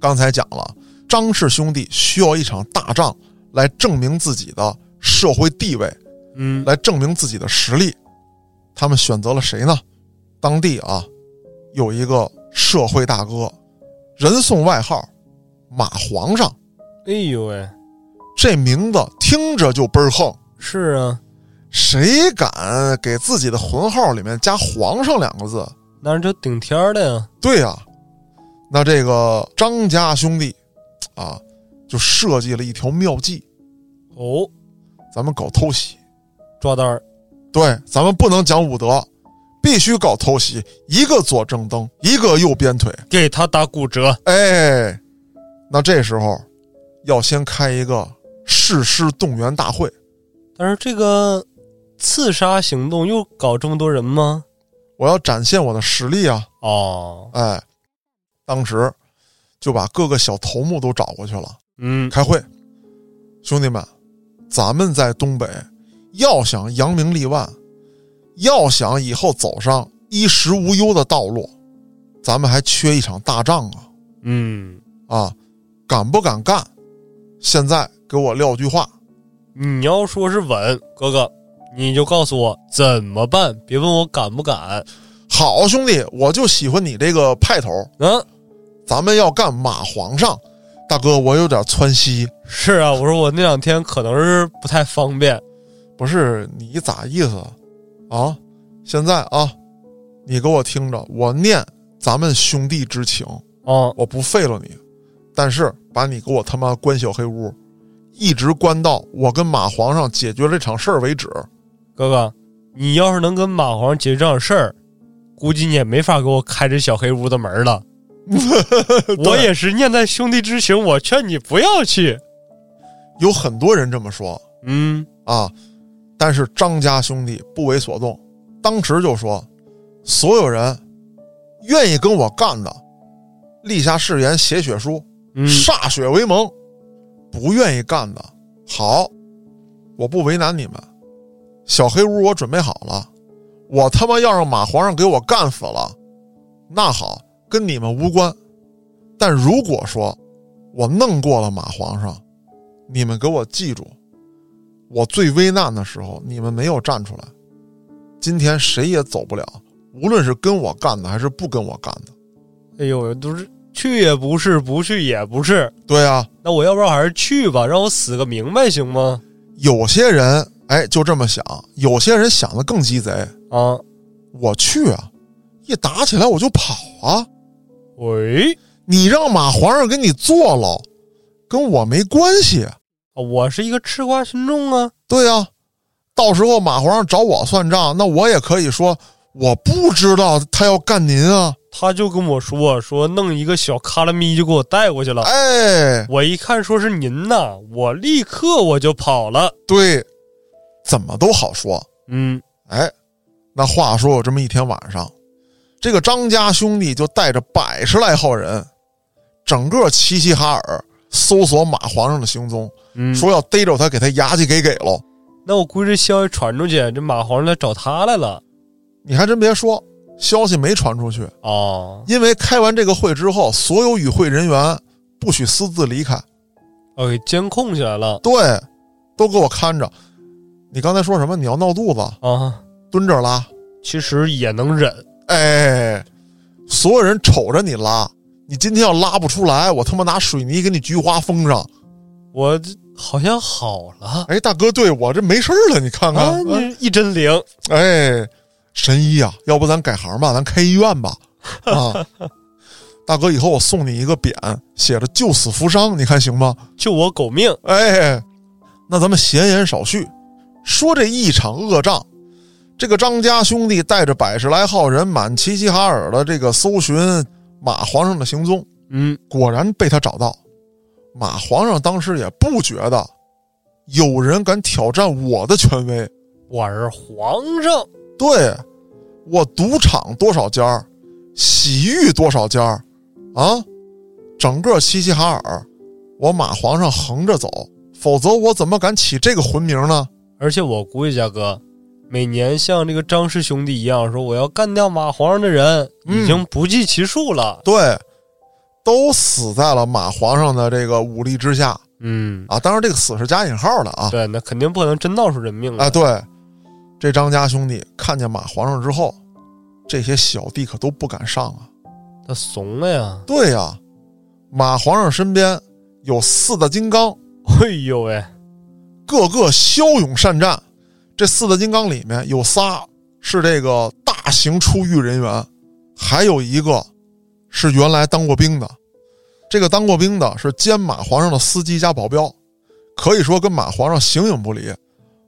Speaker 1: 刚才讲了，张氏兄弟需要一场大仗来证明自己的社会地位，
Speaker 2: 嗯，
Speaker 1: 来证明自己的实力。他们选择了谁呢？当地啊，有一个社会大哥，人送外号“马皇上
Speaker 2: 哎呦喂，”，
Speaker 1: 这名字听着就倍儿横。
Speaker 2: 是啊，
Speaker 1: 谁敢给自己的魂号里面加“皇上”两个字？
Speaker 2: 那人就顶天儿的呀。
Speaker 1: 对呀、那这个张家兄弟啊，就设计了一条妙计，
Speaker 2: 哦，
Speaker 1: 咱们搞偷袭。
Speaker 2: 抓单儿，
Speaker 1: 对，咱们不能讲武德，必须搞偷袭，一个左正蹬，一个右鞭腿。
Speaker 2: 给他打骨折。
Speaker 1: 哎，那这时候要先开一个誓师动员大会。
Speaker 2: 但是这个刺杀行动又搞这么多人吗？
Speaker 1: 我要展现我的实力啊！
Speaker 2: 哦，
Speaker 1: 哎，当时就把各个小头目都找过去了。
Speaker 2: 嗯，
Speaker 1: 开会，兄弟们，咱们在东北要想扬名立万，要想以后走上衣食无忧的道路，咱们还缺一场大仗啊！
Speaker 2: 嗯，
Speaker 1: 啊，敢不敢干？现在给我撂句话，
Speaker 2: 你要说是稳，哥哥，你就告诉我怎么办，别问我敢不敢。
Speaker 1: 好兄弟，我就喜欢你这个派头，
Speaker 2: 嗯，
Speaker 1: 咱们要干马皇上。大哥，我有点窜稀，
Speaker 2: 是啊，我说我那两天可能是不太方便。
Speaker 1: 不是你咋意思啊？现在啊，你给我听着，我念咱们兄弟之情，
Speaker 2: 哦，
Speaker 1: 我不废了你，但是把你给我他妈关小黑屋，一直关到我跟马皇上解决这场事儿为止。
Speaker 2: 哥哥，你要是能跟马皇解决这场事儿，估计你也没法给我开这小黑屋的门 [laughs] 了。我也是念在兄弟之情，我劝你不要去。
Speaker 1: 有很多人这么说
Speaker 2: 嗯，
Speaker 1: 啊，但是张家兄弟不为所动，当时就说：所有人愿意跟我干的，立下誓言，写血书，
Speaker 2: 嗯
Speaker 1: 歃血为盟；不愿意干的，好，我不为难你们。小黑屋我准备好了，我他妈要让马皇上给我干死了，那好，跟你们无关。但如果说我弄过了马皇上，你们给我记住，我最危难的时候你们没有站出来，今天谁也走不了，无论是跟我干的还是不跟我干的。
Speaker 2: 哎呦，都是去也不是，不去也不是。
Speaker 1: 对啊，
Speaker 2: 那我要不然还是去吧，让我死个明白行吗？
Speaker 1: 有些人哎就这么想，有些人想的更鸡贼。
Speaker 2: 啊，
Speaker 1: 我去啊，一打起来我就跑啊！
Speaker 2: 喂，
Speaker 1: 你让马皇上给你坐牢，跟我没关系。
Speaker 2: 我是一个吃瓜群众啊，
Speaker 1: 对呀、到时候马皇上找我算账，那我也可以说我不知道他要干您啊。
Speaker 2: 他就跟我说说弄一个小卡拉咪就给我带过去了。
Speaker 1: 哎，
Speaker 2: 我一看说是您呐，我立刻我就跑了。
Speaker 1: 对，怎么都好说。
Speaker 2: 嗯，
Speaker 1: 哎，那话说有这么一天晚上，这个张家兄弟就带着百十来号人，整个齐齐哈尔搜索马皇上的行踪，
Speaker 2: 嗯
Speaker 1: 说要逮着他，给他牙祭给给喽。
Speaker 2: 那我估计这消息传出去，这马皇上来找他来了
Speaker 1: 你还真别说，消息没传出去，
Speaker 2: 哦。
Speaker 1: 因为开完这个会之后，所有与会人员不许私自离开，
Speaker 2: 哦，给监控起来了
Speaker 1: 对，都给我看着。你刚才说什么？你要闹肚子，
Speaker 2: 啊，
Speaker 1: 蹲着拉。
Speaker 2: 其实也能忍。
Speaker 1: 哎，所有人瞅着你拉，你今天要拉不出来，我他妈拿水泥给你菊花封上。
Speaker 2: 我这好像好了
Speaker 1: 哎，大哥，对我这没事儿了，你看
Speaker 2: 啊，
Speaker 1: 看，
Speaker 2: 你一针灵
Speaker 1: 哎，神医啊，要不咱改行吧，咱开医院
Speaker 2: [laughs]
Speaker 1: 吧，啊，大哥，以后我送你一个匾，写着“救死扶伤”，你看行吗？
Speaker 2: 救我狗命。
Speaker 1: 哎，那咱们闲言少叙，说这一场恶仗，这个张家兄弟带着百十来号人满齐齐哈尔的这个搜寻马皇上的行踪，
Speaker 2: 嗯，
Speaker 1: 果然被他找到。马皇上当时也不觉得有人敢挑战我的权威，
Speaker 2: 我是皇上。
Speaker 1: 对啊我赌场多少家儿，洗浴多少家儿，啊，整个齐齐哈尔，我马皇上横着走，否则我怎么敢起这个浑名呢？
Speaker 2: 而且我估计，嘉哥，每年像这个张氏兄弟一样说我要干掉马皇上的人，
Speaker 1: 嗯
Speaker 2: 已经不计其数了。
Speaker 1: 对，都死在了马皇上的这个武力之下
Speaker 2: 嗯，
Speaker 1: 啊！当然，这个死是加引号的啊
Speaker 2: 对，那肯定不可能真闹出人命来。
Speaker 1: 啊！对，这张家兄弟看见马皇上之后，这些小弟可都不敢上啊。
Speaker 2: 他怂了呀！ [laughs]
Speaker 1: 对呀、马皇上身边有四大金刚。
Speaker 2: 哎呦喂，
Speaker 1: 个个骁勇善战。这四大金刚里面有仨是这个大型出狱人员，还有一个是原来当过兵的。这个当过兵的是兼马皇上的司机加保镖，可以说跟马皇上形影不离。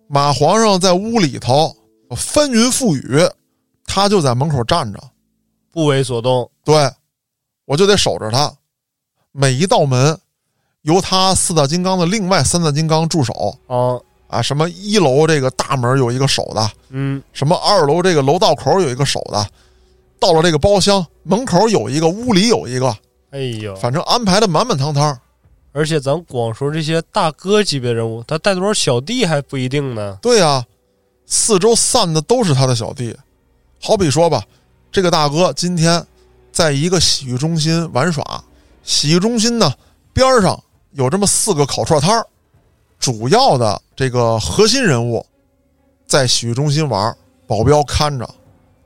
Speaker 1: 马皇上在屋里头翻云覆雨，他就在门口站着。
Speaker 2: 不为所动。
Speaker 1: 对，我就得守着他。每一道门，由他四大金刚的另外三大金刚驻守。
Speaker 2: 啊，
Speaker 1: 啊，什么一楼这个大门有一个守的，
Speaker 2: 嗯，
Speaker 1: 什么二楼这个楼道口有一个守的，到了这个包厢门口有一个，屋里有一个，
Speaker 2: 哎呦，
Speaker 1: 反正安排的满满当当。
Speaker 2: 而且咱光说这些大哥级别人物，他带多少小弟还不一定呢。
Speaker 1: 对呀、四周散的都是他的小弟。好比说吧，这个大哥今天在一个洗浴中心玩耍，洗浴中心呢边儿上有这么四个烤串摊儿，主要的这个核心人物在洗浴中心玩儿，保镖看着，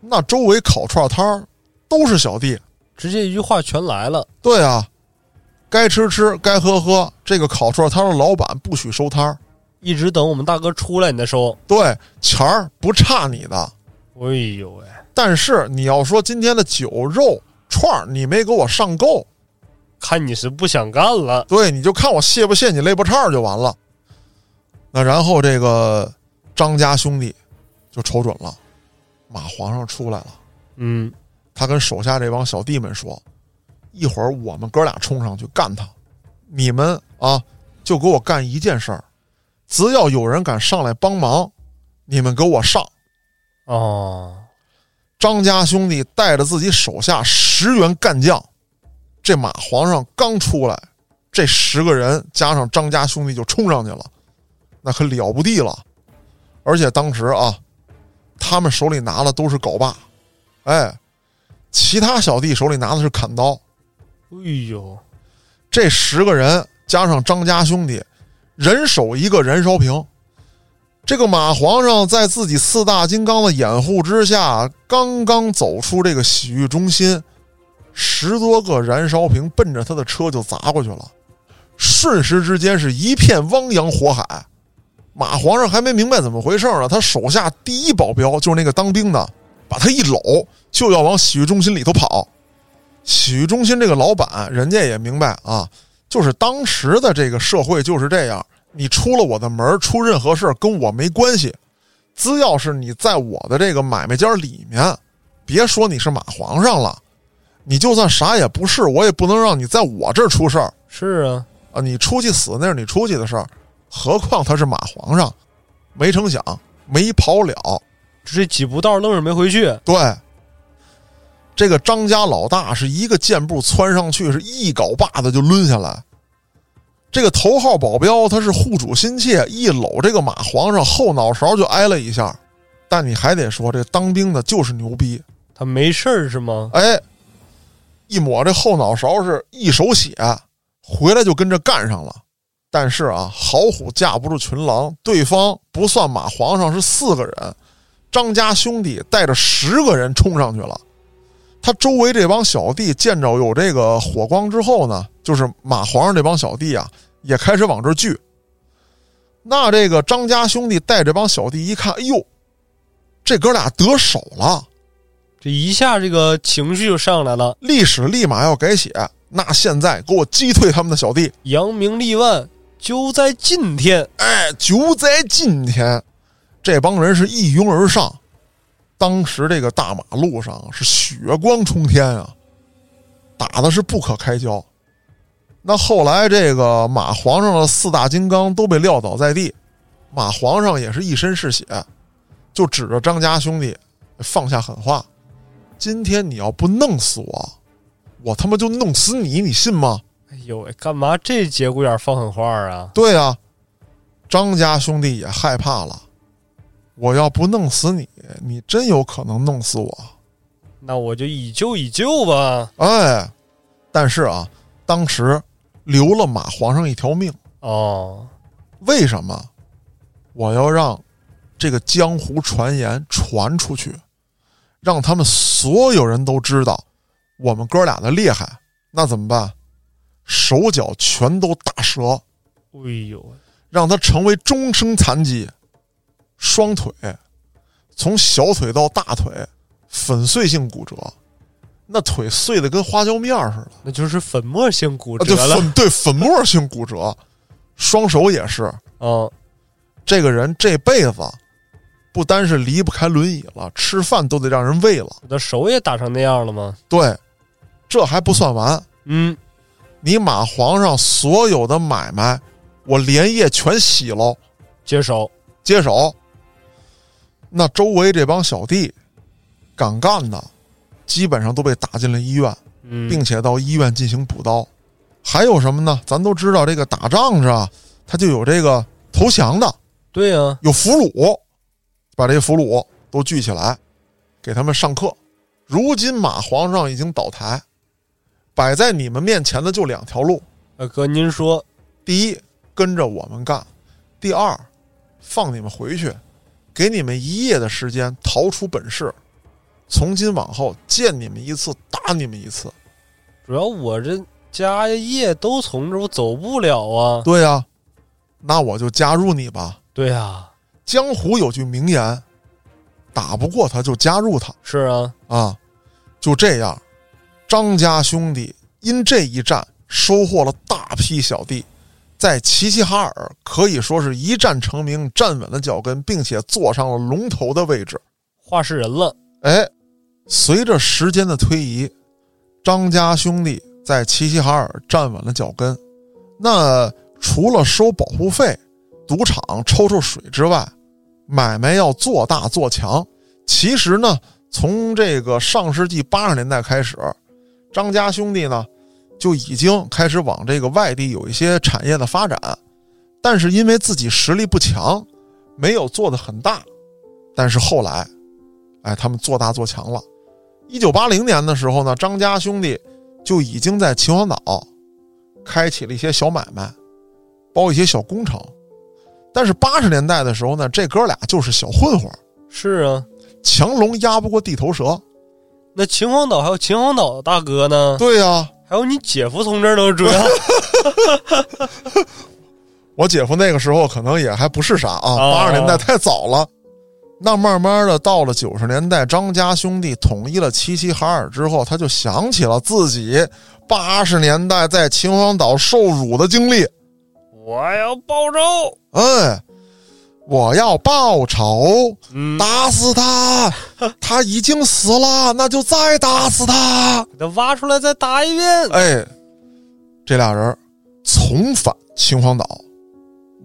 Speaker 1: 那周围烤串摊儿都是小弟。
Speaker 2: 直接一句话全来了。
Speaker 1: 对啊，该吃吃，该喝喝，这个烤串摊儿的老板不许收摊儿，
Speaker 2: 一直等我们大哥出来，你再收。
Speaker 1: 对，钱儿不差你的。
Speaker 2: 哎呦喂，
Speaker 1: 但是你要说今天的酒肉串儿你没给我上够，
Speaker 2: 看你是不想干了。
Speaker 1: 对，你就看我卸不卸你肋巴叉儿就完了。那然后这个张家兄弟就瞅准了，马皇上出来了，
Speaker 2: 嗯，
Speaker 1: 他跟手下这帮小弟们说：“一会儿我们哥俩冲上去干他，你们啊就给我干一件事儿，只要有人敢上来帮忙，你们给我上。”
Speaker 2: 哦，
Speaker 1: 张家兄弟带着自己手下十员干将，这马皇上刚出来，这十个人加上张家兄弟就冲上去了，那可了不地了。而且当时啊，他们手里拿的都是镐把，哎，其他小弟手里拿的是砍刀。
Speaker 2: 哎呦，
Speaker 1: 这十个人加上张家兄弟，人手一个燃烧瓶。这个马皇上在自己四大金刚的掩护之下，刚刚走出这个洗浴中心，十多个燃烧瓶奔着他的车就砸过去了，瞬时之间是一片汪洋火海。马皇上还没明白怎么回事呢，他手下第一保镖就是那个当兵的，把他一搂，就要往洗浴中心里头跑。洗浴中心这个老板，人家也明白啊，就是当时的这个社会就是这样，你出了我的门儿，出任何事儿跟我没关系。只要是你在我的这个买卖间儿里面，别说你是马皇上了，你就算啥也不是，我也不能让你在我这儿出事儿。
Speaker 2: 是啊，
Speaker 1: 啊，你出去死那是你出去的事儿，何况他是马皇上。没成想，没跑了。
Speaker 2: 这几步道愣是没回去。
Speaker 1: 对，这个张家老大是一个箭步窜上去，是一镐把子就抡下来。这个头号保镖他是护主心切，一搂这个马皇上后脑勺就挨了一下。但你还得说，这当兵的就是牛逼，
Speaker 2: 他没事儿是吗？
Speaker 1: 哎，一抹这后脑勺是一手血，回来就跟着干上了。但是啊，好虎架不住群狼，对方不算马皇上是四个人，张家兄弟带着十个人冲上去了。他周围这帮小弟见着有这个火光之后呢，就是马皇上这帮小弟啊，也开始往这儿聚。那这个张家兄弟带这帮小弟一看，哎呦，这哥俩得手了。
Speaker 2: 这一下这个情绪就上来了，
Speaker 1: 历史立马要改写。那现在给我击退他们的小弟！
Speaker 2: 扬名立万就在今天。
Speaker 1: 哎，就在今天，这帮人是一拥而上。当时这个大马路上是血光冲天啊，打的是不可开交。那后来这个马皇上的四大金刚都被撂倒在地，马皇上也是一身是血，就指着张家兄弟放下狠话：“今天你要不弄死我，我他妈就弄死你，你信吗？”
Speaker 2: 哎呦喂，干嘛这节骨眼儿放狠话啊？
Speaker 1: 对啊，张家兄弟也害怕了。我要不弄死你，你真有可能弄死我。
Speaker 2: 那我就以旧以旧吧。
Speaker 1: 哎，但是啊，当时留了马皇上一条命。
Speaker 2: 哦，
Speaker 1: 为什么？我要让这个江湖传言传出去，让他们所有人都知道我们哥俩的厉害。那怎么办？手脚全都打折，
Speaker 2: 哎呦喂，
Speaker 1: 让他成为终生残疾，双腿从小腿到大腿粉碎性骨折，那腿碎的跟花椒面儿似的，
Speaker 2: 那就是粉末性骨
Speaker 1: 啊，
Speaker 2: 折
Speaker 1: 对
Speaker 2: 了。
Speaker 1: 粉对粉末性骨折，双手也是。
Speaker 2: 嗯，
Speaker 1: 这个人这辈子不单是离不开轮椅了，吃饭都得让人喂了。
Speaker 2: 我的手也打成那样了吗？
Speaker 1: 对，这还不算完，
Speaker 2: 嗯，
Speaker 1: 你马皇上所有的买卖，我连夜全洗喽。
Speaker 2: 接手。
Speaker 1: 接手。那周围这帮小弟，敢干的，基本上都被打进了医院，
Speaker 2: 嗯，
Speaker 1: 并且到医院进行补刀。还有什么呢？咱都知道，这个打仗是啊，他就有这个投降的，
Speaker 2: 对啊，
Speaker 1: 有俘虏，把这些俘虏都聚起来，给他们上课。如今马皇上已经倒台，摆在你们面前的就两条路：
Speaker 2: 呃哥，您说
Speaker 1: 第一，跟着我们干；第二，放你们回去，给你们一夜的时间逃出本市。从今往后，见你们一次打你们一次。
Speaker 2: 主要我这家业都从这，我走不了啊。
Speaker 1: 对呀、那我就加入你吧。
Speaker 2: 对啊，
Speaker 1: 江湖有句名言：“打不过他就加入他
Speaker 2: 是啊，
Speaker 1: 啊。”就这样，张家兄弟因这一战收获了大批小弟，在齐齐哈尔可以说是一战成名，站稳了脚跟，并且坐上了龙头的位置。
Speaker 2: 话事人了。
Speaker 1: 哎，随着时间的推移，张家兄弟在齐齐哈尔站稳了脚跟。那除了收保护费、赌场抽抽水之外，买卖要做大做强。其实呢，从这个上世纪八十年代开始，张家兄弟呢就已经开始往这个外地有一些产业的发展，但是因为自己实力不强，没有做得很大。但是后来，哎，他们做大做强了。一九八零年的时候呢，张家兄弟就已经在秦皇岛开启了一些小买卖，包一些小工程。但是八十年代的时候呢，这哥俩就是小混混儿，
Speaker 2: 是啊，
Speaker 1: 强龙压不过地头蛇。
Speaker 2: 那秦皇岛还有秦皇岛大哥呢，
Speaker 1: 对呀、
Speaker 2: 还有你姐夫从这儿能追 [laughs] 啊？
Speaker 1: 我姐夫那个时候可能也还不是啥啊，
Speaker 2: 哦
Speaker 1: 八十年代太早了。那慢慢的到了九十年代，张家兄弟统一了齐齐哈尔之后，他就想起了自己八十年代在秦皇岛受辱的经历。
Speaker 2: 我要报仇。
Speaker 1: 哎，我要报仇，
Speaker 2: 嗯，
Speaker 1: 打死他！他已经死了，那就再打死他！
Speaker 2: 给他挖出来再打一遍。
Speaker 1: 哎，这俩人重返秦皇岛，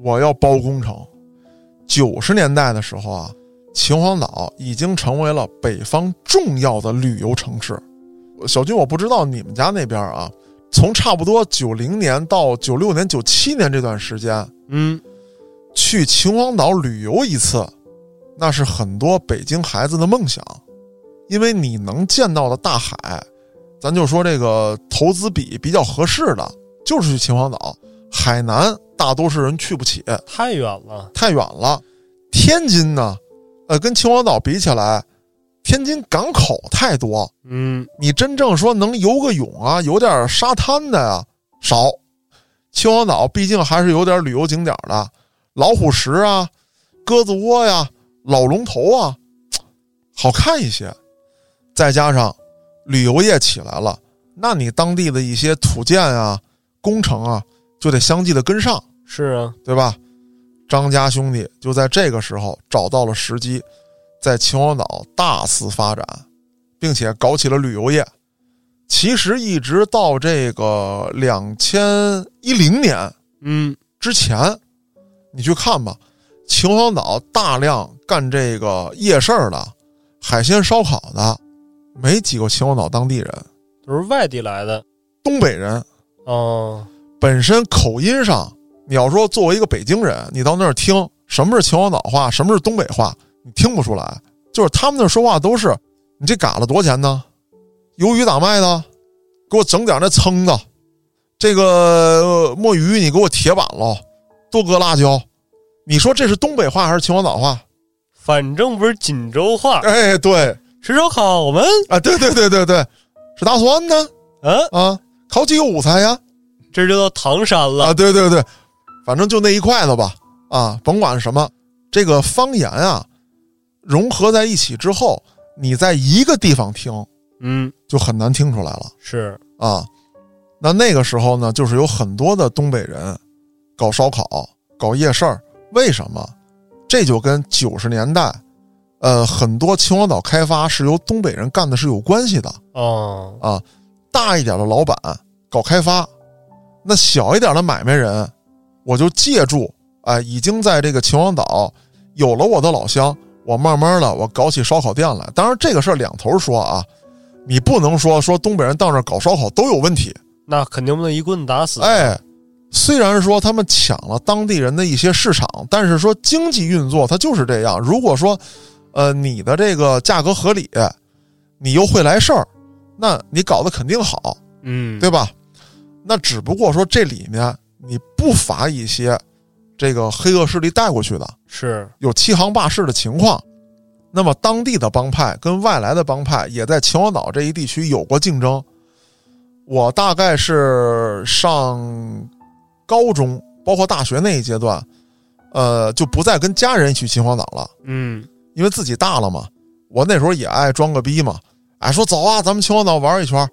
Speaker 1: 我要包工程。九十年代的时候啊，秦皇岛已经成为了北方重要的旅游城市。小军，我不知道你们家那边啊，从差不多九零年到九六年、九七年这段时间，
Speaker 2: 嗯，
Speaker 1: 去秦皇岛旅游一次，那是很多北京孩子的梦想，因为你能见到的大海，咱就说这个投资比比较合适的，就是去秦皇岛。海南大多数人去不起，
Speaker 2: 太远了。
Speaker 1: 太远了。天津呢，呃，跟秦皇岛比起来，天津港口太多，
Speaker 2: 嗯，
Speaker 1: 你真正说能游个泳啊，有点沙滩的呀、啊少。秦皇岛毕竟还是有点旅游景点的，老虎石啊、鸽子窝呀、老龙头啊，好看一些。再加上旅游业起来了，那你当地的一些土建啊、工程啊，就得相继的跟上。
Speaker 2: 是啊，
Speaker 1: 对吧？张家兄弟就在这个时候找到了时机，在秦皇岛大肆发展，并且搞起了旅游业。其实一直到这个两千一零年
Speaker 2: 嗯，
Speaker 1: 之前，你去看吧，秦皇岛大量干这个夜市儿的、海鲜烧烤的，没几个秦皇岛当地人，
Speaker 2: 都是外地来的。
Speaker 1: 东北人
Speaker 2: 哦，
Speaker 1: 本身口音上，你要说作为一个北京人，你到那儿听什么是秦皇岛话，什么是东北话，你听不出来。就是他们那儿说话都是，你这嘎了多少钱呢？鱿鱼咋卖呢？给我整点那蛏子，这个呃墨鱼你给我铁板喽，多搁辣椒。你说这是东北话还是秦皇岛话？
Speaker 2: 反正不是锦州话。
Speaker 1: 哎，对
Speaker 2: 吃烧烤，我们
Speaker 1: 啊，对对对对对，是大蒜呢
Speaker 2: 嗯、啊，
Speaker 1: 啊，烤几个午餐呀？
Speaker 2: 这就到唐山了。
Speaker 1: 啊，对对对，反正就那一块子吧，啊，甭管什么，这个方言啊，融合在一起之后，你在一个地方听
Speaker 2: 嗯，
Speaker 1: 就很难听出来了
Speaker 2: 是，
Speaker 1: 啊。那那个时候呢，就是有很多的东北人搞烧烤、搞夜市儿，为什么？这就跟九十年代，呃，很多秦皇岛开发是由东北人干的是有关系的。
Speaker 2: 哦，
Speaker 1: 啊，大一点的老板搞开发，那小一点的买卖人，我就借助哎，已经在这个秦皇岛有了我的老乡，我慢慢的我搞起烧烤店来。当然这个事儿两头说啊，你不能说说东北人到那儿搞烧烤都有问题，
Speaker 2: 那肯定不能一棍打死。
Speaker 1: 哎。虽然说他们抢了当地人的一些市场，但是说经济运作它就是这样。如果说，呃，你的这个价格合理，你又会来事儿，那你搞得肯定好。
Speaker 2: 嗯，
Speaker 1: 对吧？那只不过说这里面你不乏一些这个黑恶势力带过去的，
Speaker 2: 是，
Speaker 1: 有欺行霸市的情况。那么当地的帮派跟外来的帮派也在秦皇岛这一地区有过竞争。我大概是上高中，包括大学那一阶段，呃，就不再跟家人一起去秦皇岛了。
Speaker 2: 嗯，
Speaker 1: 因为自己大了嘛，我那时候也爱装个逼嘛，哎，说走啊，咱们秦皇岛玩一圈儿。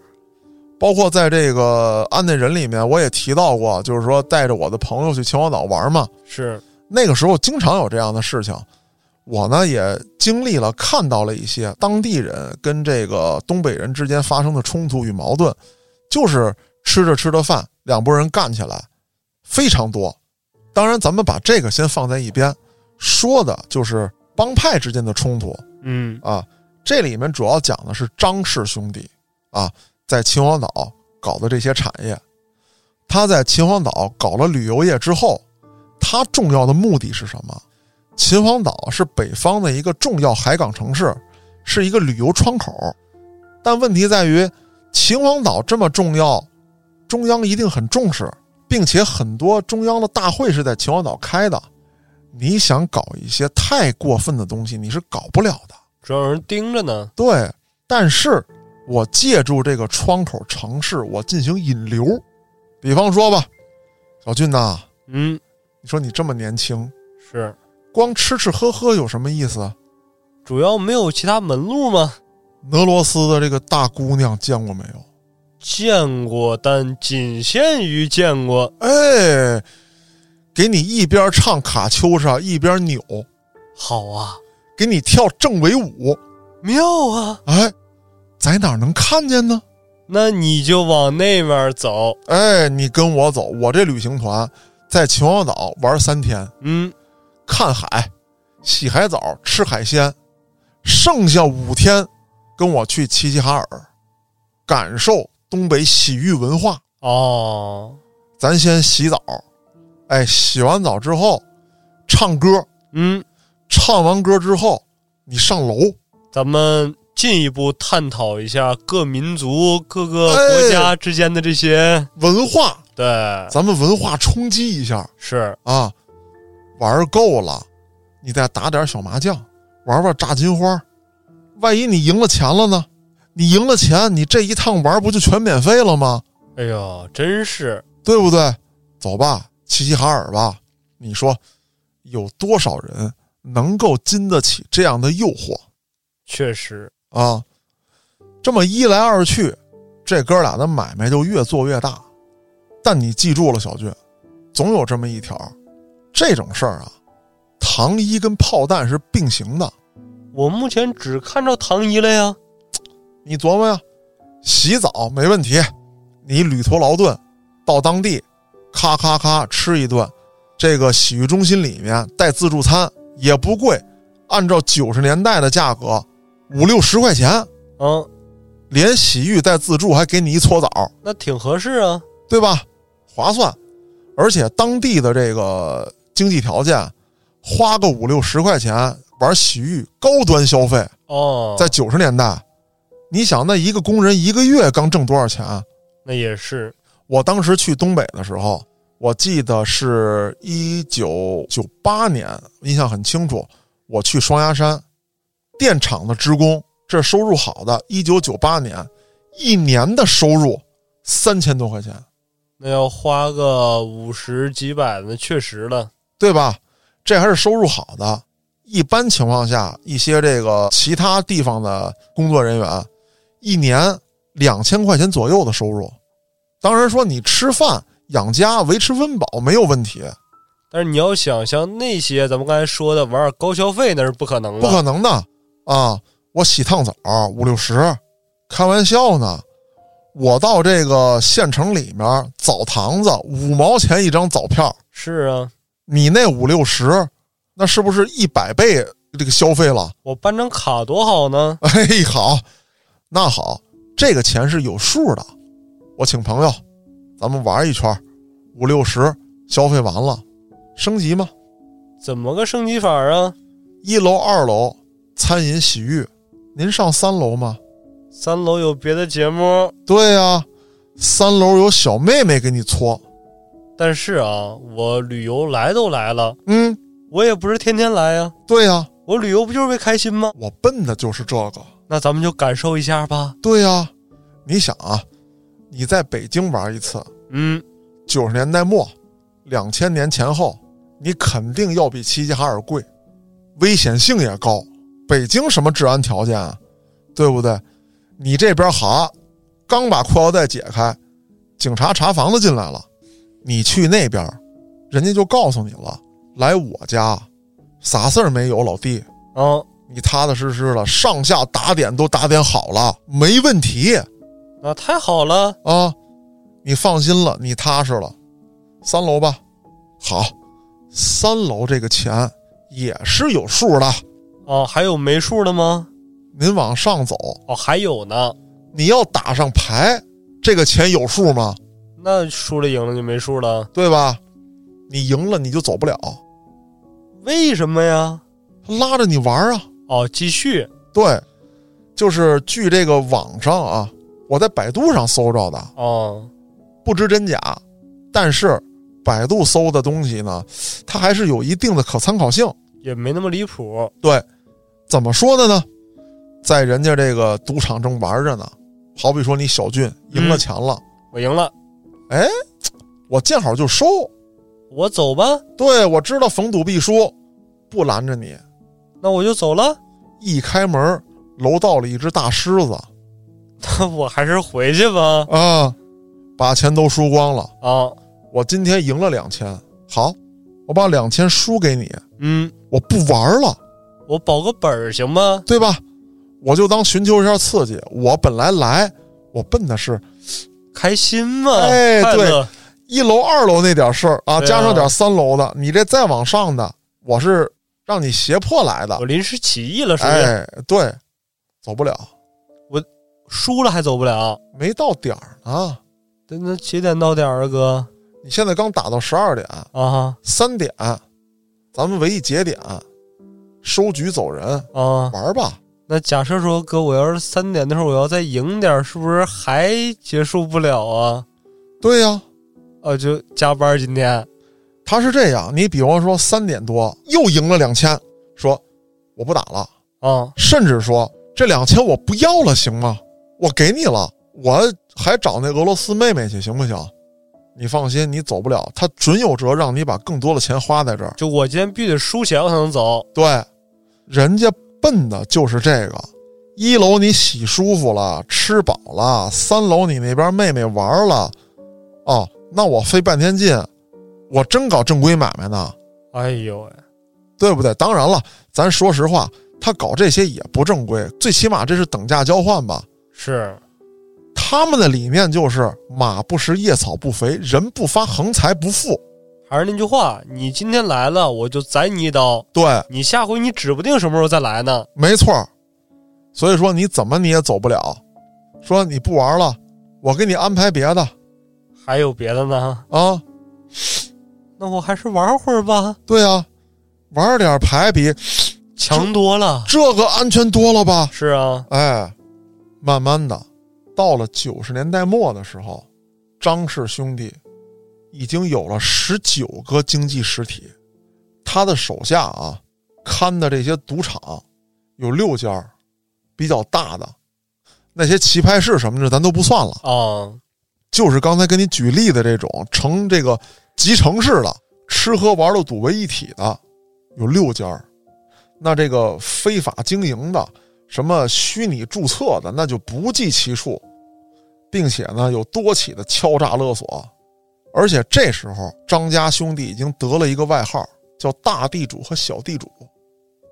Speaker 1: 包括在这个案内人里面，我也提到过，就是说带着我的朋友去秦皇岛玩嘛。
Speaker 2: 是，
Speaker 1: 那个时候经常有这样的事情，我呢也经历了，看到了一些当地人跟这个东北人之间发生的冲突与矛盾，就是吃着吃着饭，两拨人干起来，非常多。当然，咱们把这个先放在一边，说的就是帮派之间的冲突。
Speaker 2: 嗯，
Speaker 1: 啊，这里面主要讲的是张氏兄弟啊，在秦皇岛搞的这些产业。他在秦皇岛搞了旅游业之后，他重要的目的是什么？秦皇岛是北方的一个重要海港城市，是一个旅游窗口。但问题在于，秦皇岛这么重要，中央一定很重视，并且很多中央的大会是在秦皇岛开的。你想搞一些太过分的东西，你是搞不了的。
Speaker 2: 主要有人盯着呢。
Speaker 1: 对，但是我借助这个窗口城市，我进行引流。比方说吧，小俊呐、
Speaker 2: 嗯，
Speaker 1: 你说你这么年轻，
Speaker 2: 是，
Speaker 1: 光吃吃喝喝有什么意思？
Speaker 2: 主要没有其他门路吗？
Speaker 1: 俄罗斯的这个大姑娘见过没有？
Speaker 2: 见过，但仅限于见过。
Speaker 1: 哎，给你一边唱卡秋莎一边扭，
Speaker 2: 好啊，
Speaker 1: 给你跳正尾舞，
Speaker 2: 妙啊！
Speaker 1: 哎，在哪儿能看见呢？
Speaker 2: 那你就往那面走。
Speaker 1: 哎，你跟我走，我这旅行团在秦皇岛玩三天，
Speaker 2: 嗯，
Speaker 1: 看海、洗海澡、吃海鲜，剩下五天跟我去齐齐哈尔，感受东北洗浴文化。
Speaker 2: 哦，
Speaker 1: 咱先洗澡，哎，洗完澡之后唱歌，
Speaker 2: 嗯，
Speaker 1: 唱完歌之后你上楼，
Speaker 2: 咱们进一步探讨一下各民族、各个
Speaker 1: 哎
Speaker 2: 国家之间的这些。
Speaker 1: 文化，
Speaker 2: 对，
Speaker 1: 咱们文化冲击一下
Speaker 2: 是，
Speaker 1: 啊！玩够了，你再打点小麻将，玩玩炸金花。万一你赢了钱了呢？你赢了钱，你这一趟玩不就全免费了吗？
Speaker 2: 哎呦，真是
Speaker 1: 对不对？走吧，齐齐哈尔吧。你说有多少人能够经得起这样的诱惑
Speaker 2: 确实，
Speaker 1: 啊？这么一来二去，这哥俩的买卖就越做越大。但你记住了，小俊，总有这么一条，这种事儿啊，糖衣跟炮弹是并行的。
Speaker 2: 我目前只看着唐一了呀。
Speaker 1: 你琢磨呀，洗澡没问题，你旅途劳顿，到当地，咔咔咔吃一顿，这个洗浴中心里面带自助餐也不贵，按照九十年代的价格，五六十块钱，
Speaker 2: 嗯，
Speaker 1: 连洗浴带自助还给你一搓澡，
Speaker 2: 那挺合适啊。
Speaker 1: 对吧？划算，而且当地的这个经济条件，花个五六十块钱玩洗浴，高端消费，
Speaker 2: 哦，
Speaker 1: 在九十年代，你想那一个工人一个月刚挣多少钱？啊
Speaker 2: 那也是，
Speaker 1: 我当时去东北的时候，我记得是一九九八年，印象很清楚。我去双鸭山，电厂的职工，这收入好的，一九九八年一年的收入三千多块钱，
Speaker 2: 那要花个五十几百的，确实了。
Speaker 1: 对吧？这还是收入好的。一般情况下，一些这个其他地方的工作人员，一年两千块钱左右的收入。当然说你吃饭养家维持温饱没有问题，
Speaker 2: 但是你要想像那些咱们刚才说的玩儿高消费，那是不可能
Speaker 1: 不
Speaker 2: 的。
Speaker 1: 可能的啊！我洗趟澡五六十，开玩笑呢。我到这个县城里面澡堂子五毛钱一张澡票，
Speaker 2: 是啊，
Speaker 1: 你那五六十，那是不是一百倍这个消费了？ [laughs]
Speaker 2: 我办张卡多好呢。
Speaker 1: 哎，好，那好，这个钱是有数的。我请朋友，咱们玩一圈，五六十消费完了，升级吗？
Speaker 2: 怎么个升级法啊？
Speaker 1: 一楼、二楼餐饮洗浴，您上三楼吗？
Speaker 2: 三楼有别的节目，
Speaker 1: 对呀、三楼有小妹妹给你搓，
Speaker 2: 但是啊，我旅游来都来了，
Speaker 1: 嗯，
Speaker 2: 我也不是天天来呀、
Speaker 1: 对呀、
Speaker 2: 我旅游不就是为开心吗？
Speaker 1: 我奔的就是这个，
Speaker 2: 那咱们就感受一下吧。
Speaker 1: 对呀、你想啊，你在北京玩一次，
Speaker 2: 嗯，
Speaker 1: 九十年代末，两千年前后，你肯定要比齐齐哈尔贵，危险性也高。北京什么治安条件啊，对不对？你这边哈，刚把裤腰带解开，警察查房子进来了，你去那边，人家就告诉你了，来我家，啥事儿没有，老弟，
Speaker 2: 啊，
Speaker 1: 你踏踏实实的，上下打点都打点好了，没问题。
Speaker 2: 那太好了。
Speaker 1: 啊，你放心了，你踏实了。三楼吧，好，三楼这个钱也是有数的。
Speaker 2: 哦、还有没数的吗？
Speaker 1: 您往上走，
Speaker 2: 哦，还有呢。
Speaker 1: 你要打上牌，这个钱有数吗？
Speaker 2: 那输了赢了就没数了，
Speaker 1: 对吧？你赢了你就走不了，
Speaker 2: 为什么呀？
Speaker 1: 他拉着你玩啊。
Speaker 2: 哦，继续。
Speaker 1: 对，就是据这个网上啊，我在百度上搜着的，
Speaker 2: 哦，
Speaker 1: 不知真假，但是百度搜的东西呢，它还是有一定的可参考性。
Speaker 2: 也没那么离谱。
Speaker 1: 对，怎么说的呢？在人家这个赌场正玩着呢，好比说你小俊赢了钱了，
Speaker 2: 我赢了，
Speaker 1: 我见好就收。
Speaker 2: 我走吧，
Speaker 1: 对，我知道逢赌必输，不拦着你，
Speaker 2: 那我就走了。 [laughs]
Speaker 1: 一开门，楼道里一只大狮子
Speaker 2: 那我还是回去吧。
Speaker 1: 啊，把钱都输光了。
Speaker 2: 啊，
Speaker 1: 我今天赢了两千，好，我把两千输给你，
Speaker 2: 嗯，
Speaker 1: 我不玩了，
Speaker 2: 我保个本儿行吗？
Speaker 1: 对吧？我就当寻求一下刺激。我本来来，我奔的是
Speaker 2: 开心嘛，
Speaker 1: 哎
Speaker 2: 快
Speaker 1: 对
Speaker 2: 乐
Speaker 1: 一楼、二楼那点事儿啊，
Speaker 2: 对啊
Speaker 1: 加上点三楼的，你这再往上的，我是让你胁迫来的
Speaker 2: 我。临时起意了，是不是？
Speaker 1: 哎，对，走不了，
Speaker 2: 输了还走不了，
Speaker 1: 没到点儿呢。
Speaker 2: 那那几点到点儿啊，哥？
Speaker 1: 你现在刚打到十二点，
Speaker 2: 啊
Speaker 1: 三点，咱们唯一节点，收局走人，
Speaker 2: 啊，
Speaker 1: 玩儿吧。
Speaker 2: 那假设说，哥，我要是三点的时候我要再赢点儿，是不是还结束不了啊？
Speaker 1: 对呀、
Speaker 2: 啊，就加班儿今天
Speaker 1: 他是这样，你比方说三点多又赢了两千，说我不打了，
Speaker 2: 啊，
Speaker 1: 甚至说这两千我不要了，行吗？我给你了，我还找那俄罗斯妹妹去，行不行？你放心，你走不了，他准有辙让你把更多的钱花在这儿。
Speaker 2: 就我今天必须得输钱我才能走。
Speaker 1: 对，人家奔的就是这个。一楼你洗舒服了，吃饱了；三楼你那边妹妹玩了，哦，那我费半天劲，我真搞正规买卖呢。
Speaker 2: 哎呦喂，
Speaker 1: 对不对？当然了，咱说实话，他搞这些也不正规，最起码这是等价交换吧。
Speaker 2: 是
Speaker 1: 他们的理念就是马不食夜草不肥，人不发横财不富。
Speaker 2: 还是那句话，你今天来了，我就宰你一刀。
Speaker 1: 对，
Speaker 2: 你下回你指不定什么时候再来呢。
Speaker 1: 没错儿。所以说你怎么你也走不了，说你不玩了，我给你安排别的
Speaker 2: 还有别的呢？
Speaker 1: 啊。
Speaker 2: 那我还是玩会儿吧，
Speaker 1: 对啊，玩点牌比
Speaker 2: 强多了。
Speaker 1: 这个安全多了吧？
Speaker 2: 是啊，
Speaker 1: 哎，慢慢的，到了九十年代末的时候，张氏兄弟已经有了十九个经济实体，他的手下啊，看的这些赌场有六家儿比较大的，那些棋牌室什么的咱都不算了，
Speaker 2: 啊，
Speaker 1: 就是刚才跟你举例的这种成这个集成式的，吃喝玩乐赌为一体的，有六家儿。那这个非法经营的，什么虚拟注册的，那就不计其数，并且呢有多起的敲诈勒索。而且这时候，张家兄弟已经得了一个外号，叫大地主和小地主。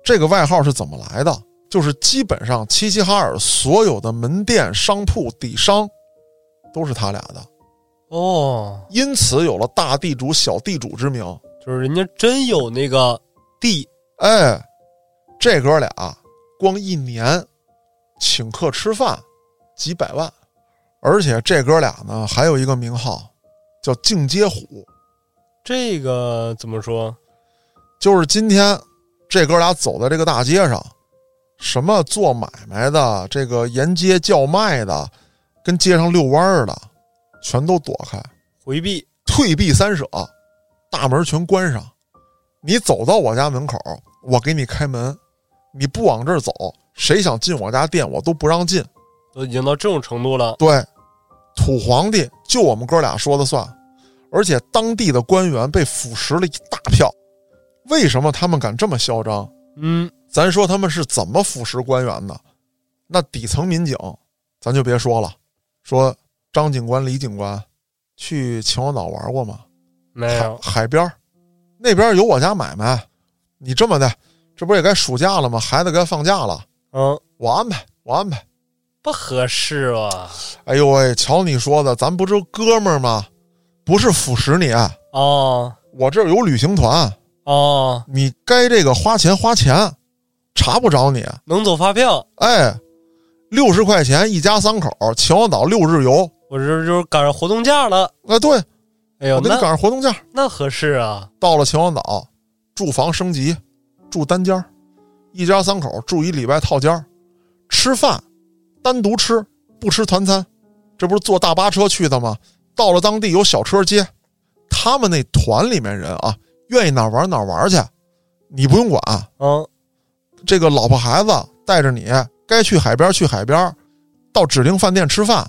Speaker 1: 这个外号是怎么来的？就是基本上齐齐哈尔所有的门店、商铺、底商，都是他俩的。
Speaker 2: 哦，
Speaker 1: 因此有了大地主、小地主之名。
Speaker 2: 就是人家真有那个地
Speaker 1: 哎，这哥俩光一年请客吃饭几百万，而且这哥俩呢还有一个名号叫“净街虎
Speaker 2: 这个怎么说？”，
Speaker 1: 就是今天这哥俩走在这个大街上，什么做买卖的、这个沿街叫卖的、跟街上遛弯儿的，全都躲开。
Speaker 2: 回避
Speaker 1: 退避三舍，大门全关上。你走到我家门口，我给你开门；你不往这儿走，谁想进我家店，我都不让进。
Speaker 2: 都已经到这种程度了。
Speaker 1: 对，土皇帝就我们哥俩说了算，而且当地的官员被腐蚀了一大票。为什么他们敢这么嚣张？
Speaker 2: 嗯，
Speaker 1: 咱说他们是怎么腐蚀官员的？那底层民警，咱就别说了。说张警官、李警官，去秦皇岛玩过吗？
Speaker 2: 没有，
Speaker 1: 海海边儿那边儿有我家买卖。你这么的，这不也该暑假了吗？孩子该放假了，
Speaker 2: 嗯，
Speaker 1: 我安排，我安排。
Speaker 2: 不合适啊吧？
Speaker 1: 哎呦喂，瞧你说的，咱不是哥们儿吗？不是腐蚀你，啊
Speaker 2: 哦
Speaker 1: 我这儿有旅行团，
Speaker 2: 哦，
Speaker 1: 你该这个花钱花钱，查不着你。啊
Speaker 2: 能走发票，
Speaker 1: 哎，六十块钱一家三口，秦皇岛六日游。
Speaker 2: 我这就是赶上活动价了。
Speaker 1: 哎，对，
Speaker 2: 哎呦，
Speaker 1: 我给你
Speaker 2: 那
Speaker 1: 赶上活动价。
Speaker 2: 那合适啊？
Speaker 1: 到了秦皇岛，住房升级，住单间儿，一家三口住一礼拜套间儿，吃饭单独吃，不吃团餐。这不是坐大巴车去的吗？到了当地有小车接，他们那团里面人啊，愿意哪儿玩哪儿玩去，你不用管。
Speaker 2: 嗯，
Speaker 1: 这个老婆孩子带着你，该去海边去海边，到指定饭店吃饭。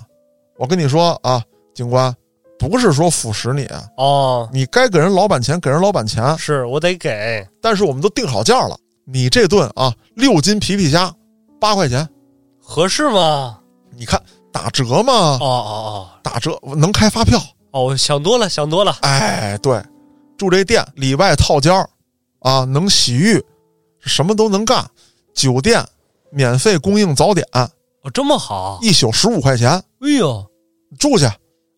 Speaker 1: 我跟你说啊，警官，不是说腐蚀你，
Speaker 2: 哦，
Speaker 1: 你该给人老板钱给人老板钱，
Speaker 2: 是我得给。
Speaker 1: 但是我们都定好价了，你这顿啊六斤皮皮虾八块钱，
Speaker 2: 合适吗？
Speaker 1: 你看打折嘛
Speaker 2: 哦，哦
Speaker 1: 打折能开发票。
Speaker 2: 哦哦，我想多了，想多了。
Speaker 1: 哎，对，住这店里外套间儿啊，能洗浴，什么都能干。酒店免费供应早点，
Speaker 2: 哦，这么好，
Speaker 1: 一宿十五块钱
Speaker 2: 哎呦，
Speaker 1: 住去。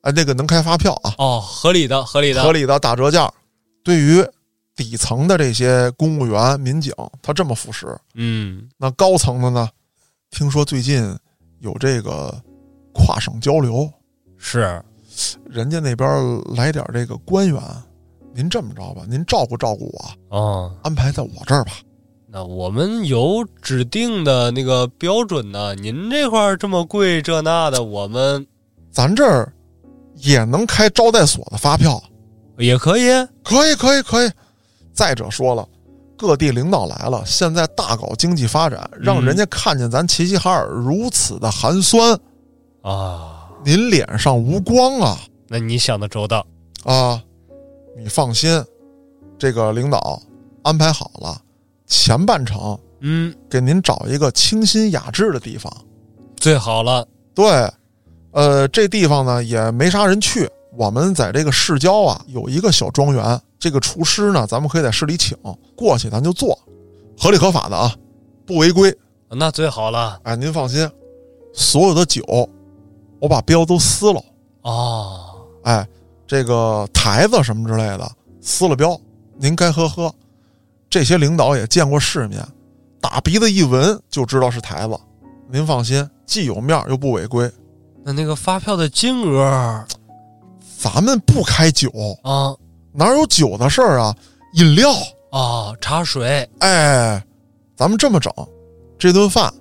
Speaker 1: 哎，那个能开发票啊，
Speaker 2: 哦，合理的，合理的，
Speaker 1: 合理的打折价。对于底层的这些公务员、民警，他这么辅食。
Speaker 2: 嗯，
Speaker 1: 那高层的呢？听说最近有这个跨省交流，
Speaker 2: 是，
Speaker 1: 人家那边来点这个官员，您这么着吧，您照顾照顾我，
Speaker 2: 哦，
Speaker 1: 安排在我这儿吧。
Speaker 2: 那我们有指定的那个标准呢。您这块儿这么贵，这那的，我们
Speaker 1: 咱这儿也能开招待所的发票，
Speaker 2: 也可以。
Speaker 1: 可以，可以，可以。再者说了，各地领导来了，现在大搞经济发展，让人家看见咱齐齐哈尔如此的寒酸，
Speaker 2: 啊，
Speaker 1: 您脸上无光啊
Speaker 2: 那你想的周到，
Speaker 1: 啊！你放心，这个领导安排好了，前半程
Speaker 2: 嗯，
Speaker 1: 给您找一个清新雅致的地方。
Speaker 2: 最好了，
Speaker 1: 对，呃，这地方呢也没啥人去。我们在这个市郊啊有一个小庄园，这个厨师呢，咱们可以在市里请过去，咱就做，合理合法的啊，不违规。
Speaker 2: 那最好了
Speaker 1: 哎，您放心，所有的酒我把标都撕了，
Speaker 2: 哦，
Speaker 1: 哎，这个台子什么之类的撕了标，您该喝喝。这些领导也见过世面，打鼻子一闻就知道是台子。您放心，既有面儿又不违规。
Speaker 2: 那那个发票的金额
Speaker 1: 咱们不开酒，
Speaker 2: 啊
Speaker 1: 哪有酒的事儿啊？饮料，
Speaker 2: 啊，茶水
Speaker 1: 哎，咱们这么整，这顿饭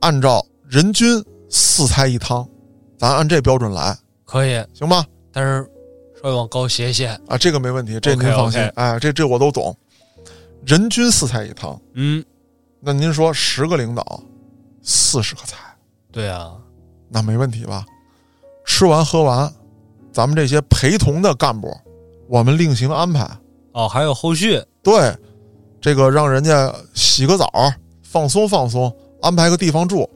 Speaker 1: 按照人均四菜一汤，咱按这标准来，
Speaker 2: 可以，
Speaker 1: 行吧？
Speaker 2: 但是稍微往高写写，
Speaker 1: 啊，这个没问题，这您
Speaker 2: OK，OK
Speaker 1: 放心哎，这这我都懂。人均四菜一汤，
Speaker 2: 嗯，
Speaker 1: 那您说十个领导，四十个菜，
Speaker 2: 对啊，
Speaker 1: 那没问题吧？吃完喝完，咱们这些陪同的干部，我们另行安排。
Speaker 2: 哦，还有后续，
Speaker 1: 对，这个让人家洗个澡，放松放松，安排个地方住。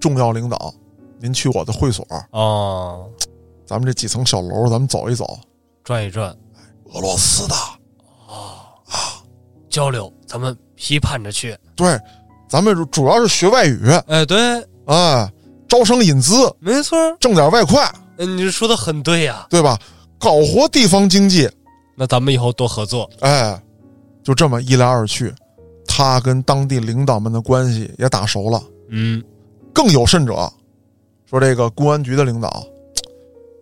Speaker 1: 重要领导，您去我的会所，
Speaker 2: 哦，
Speaker 1: 咱们这几层小楼，咱们走一走。
Speaker 2: 转一转，
Speaker 1: 俄罗斯的，
Speaker 2: 交流，咱们批判着去，
Speaker 1: 对，咱们主要是学外语，
Speaker 2: 哎，对，
Speaker 1: 哎，招商引资，
Speaker 2: 没错儿，
Speaker 1: 挣点外快，
Speaker 2: 嗯，你说的很对呀、
Speaker 1: 对吧？搞活地方经济，
Speaker 2: 那咱们以后多合作，
Speaker 1: 哎，就这么一来二去，他跟当地领导们的关系也打熟了。
Speaker 2: 嗯，
Speaker 1: 更有甚者，说这个公安局的领导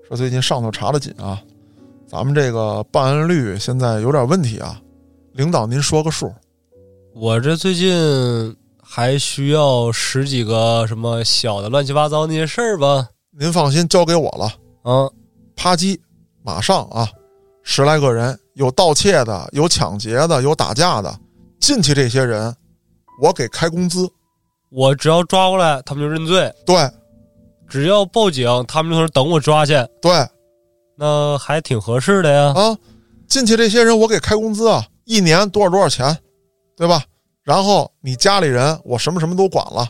Speaker 1: 说最近上头查的紧啊，咱们这个办案率现在有点问题啊，领导您说个数，
Speaker 2: 我这最近还需要十几个什么小的乱七八糟那些事儿吧，
Speaker 1: 您放心交给我了，
Speaker 2: 啊，
Speaker 1: 啪叽，马上啊，十来个人，有盗窃的，有抢劫的，有打架的，进去这些人，我给开工资，
Speaker 2: 我只要抓过来，他们就认罪；
Speaker 1: 对
Speaker 2: 只要报警，他们就说等我抓去，
Speaker 1: 对啊，
Speaker 2: 那还挺合适的呀。
Speaker 1: 进去这些人我给开工资啊，一年多少多少钱，对吧？然后你家里人我什么什么都管了，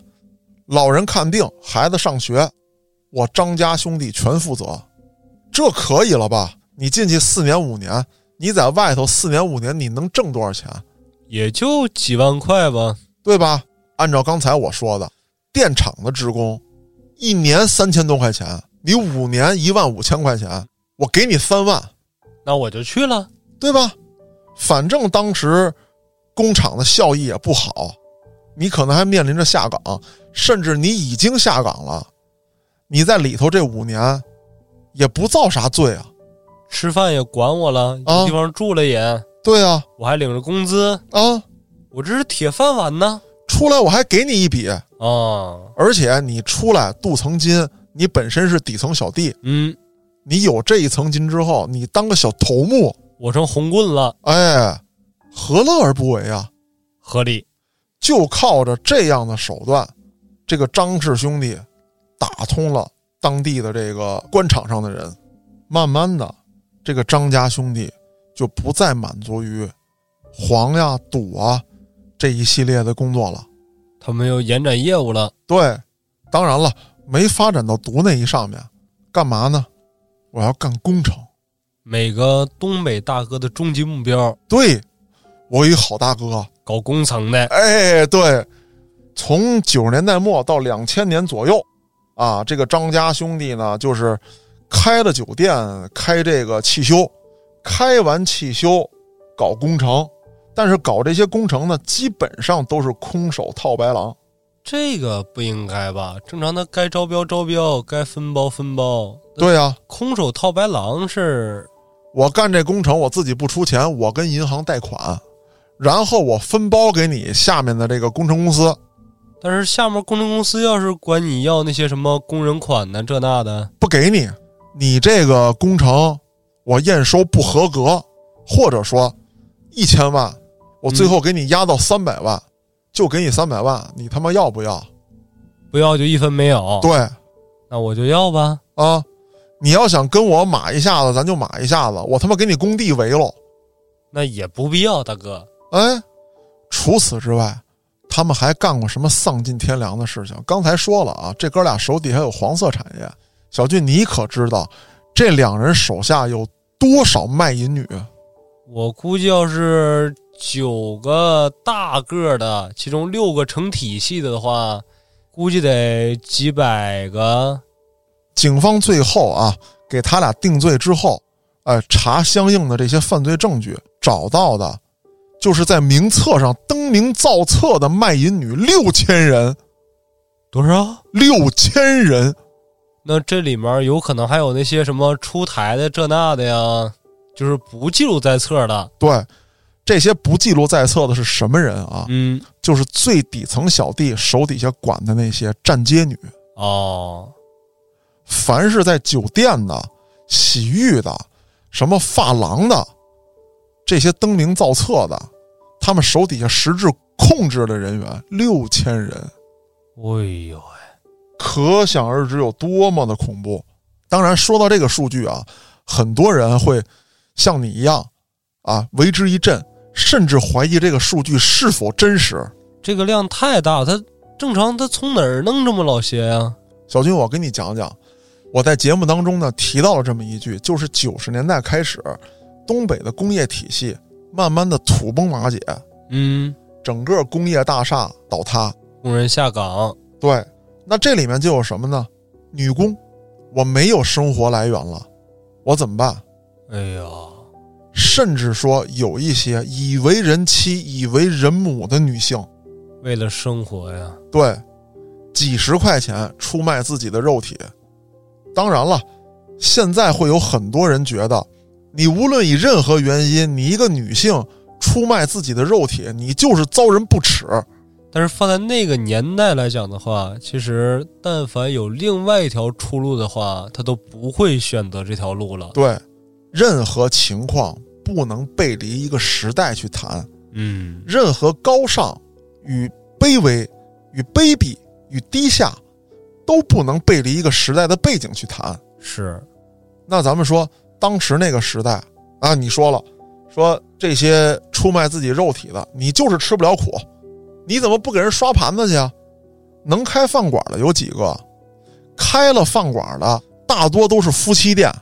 Speaker 1: 老人看病，孩子上学，我张家兄弟全负责，这可以了吧？你进去四年五年，你在外头四年五年，你能挣多少钱，
Speaker 2: 也就几万块吧。
Speaker 1: 对吧？按照刚才我说的，电厂的职工一年三千多块钱，你五年一万五千块钱，我给你三万，
Speaker 2: 那我就去了。
Speaker 1: 对吧？反正当时工厂的效益也不好，你可能还面临着下岗，甚至你已经下岗了，你在里头这五年也不造啥罪啊，
Speaker 2: 吃饭也管我了，
Speaker 1: 啊
Speaker 2: 有地方住了也，
Speaker 1: 对啊
Speaker 2: 我还领着工资，
Speaker 1: 啊，
Speaker 2: 我这是铁饭碗呢。
Speaker 1: 出来我还给你一笔，
Speaker 2: 啊，
Speaker 1: 而且你出来镀层金，你本身是底层小弟，
Speaker 2: 嗯，
Speaker 1: 你有这一层金之后，你当个小头目，
Speaker 2: 我成红棍了，
Speaker 1: 哎，何乐而不为啊？
Speaker 2: 合理。
Speaker 1: 就靠着这样的手段，这个张氏兄弟打通了当地的这个官场上的人。慢慢的，这个张家兄弟就不再满足于黄呀、赌啊这一系列的工作了。
Speaker 2: 他们又延展业务了，
Speaker 1: 对，当然了，没发展到毒那一上面，干嘛呢？我要干工程。
Speaker 2: 每个东北大哥的终极目标，
Speaker 1: 对，我有一好大哥，
Speaker 2: 搞工程的，
Speaker 1: 哎，对，从九十年代末到两千年左右，啊，这个张家兄弟呢，就是开了酒店，开这个汽修，开完汽修搞工程，但是搞这些工程呢，基本上都是空手套白狼。
Speaker 2: 这个不应该吧？正常的该招标招标，该分包分包。
Speaker 1: 对呀、
Speaker 2: 空手套白狼是
Speaker 1: 我干这工程，我自己不出钱，我跟银行贷款，然后我分包给你下面的这个工程公司，
Speaker 2: 但是下面工程公司要是管你要那些什么工人款呢，这那的，
Speaker 1: 不给你，你这个工程我验收不合格，或者说一千万，我最后给你压到三百万，就给你三百万，你他妈要不要？
Speaker 2: 不要就一分没有。
Speaker 1: 对
Speaker 2: 那我就要吧。
Speaker 1: 啊，你要想跟我马一下子，咱就马一下子，我他妈给你工地围了。
Speaker 2: 那也不必要，大哥。
Speaker 1: 哎，除此之外，他们还干过什么丧尽天良的事情？刚才说了啊，这哥俩手底下有黄色产业。小俊，你可知道这两人手下有多少卖淫女？啊
Speaker 2: 我估计要是九个大个儿的，其中六个成体系的的话，估计得几百个。
Speaker 1: 警方最后啊，给他俩定罪之后，呃，查相应的这些犯罪证据，找到的就是在名册上登名造册的卖淫女六千人，
Speaker 2: 多少？
Speaker 1: 六千人。
Speaker 2: 那这里面有可能还有那些什么出台的这那的呀，就是不记录在册的。
Speaker 1: 对，这些不记录在册的是什么人啊？
Speaker 2: 嗯，
Speaker 1: 就是最底层小弟手底下管的那些站街女，
Speaker 2: 哦，
Speaker 1: 凡是在酒店的、洗浴的、什么发廊的，这些登名造册的，他们手底下实质控制的人员六千人，
Speaker 2: 哎呦，
Speaker 1: 可想而知有多么的恐怖。当然，说到这个数据啊，很多人会像你一样啊为之一振，甚至怀疑这个数据是否真实。
Speaker 2: 这个量太大，他正常他从哪儿弄这么老些呀、
Speaker 1: 小军，我跟你讲讲，我在节目当中呢提到了这么一句，就是九十年代开始，东北的工业体系慢慢的土崩瓦解，
Speaker 2: 嗯，
Speaker 1: 整个工业大厦倒塌。
Speaker 2: 工人下岗，
Speaker 1: 对，那这里面就有什么呢？女工，我没有生活来源了，我怎么办？
Speaker 2: 哎呀，
Speaker 1: 甚至说有一些以为人妻、以为人母的女性，
Speaker 2: 为了生活呀，
Speaker 1: 对，几十块钱出卖自己的肉体。当然了，现在会有很多人觉得，你无论以任何原因，你一个女性出卖自己的肉体，你就是遭人不耻。
Speaker 2: 但是放在那个年代来讲的话，其实但凡有另外一条出路的话，他都不会选择这条路了。
Speaker 1: 对，任何情况不能背离一个时代去谈，
Speaker 2: 嗯，
Speaker 1: 任何高尚与卑微、与卑鄙、与低下，都不能背离一个时代的背景去谈。
Speaker 2: 是，
Speaker 1: 那咱们说当时那个时代啊，你说了，说这些出卖自己肉体的，你就是吃不了苦，你怎么不给人刷盘子去啊？能开饭馆的有几个？开了饭馆的大多都是夫妻店，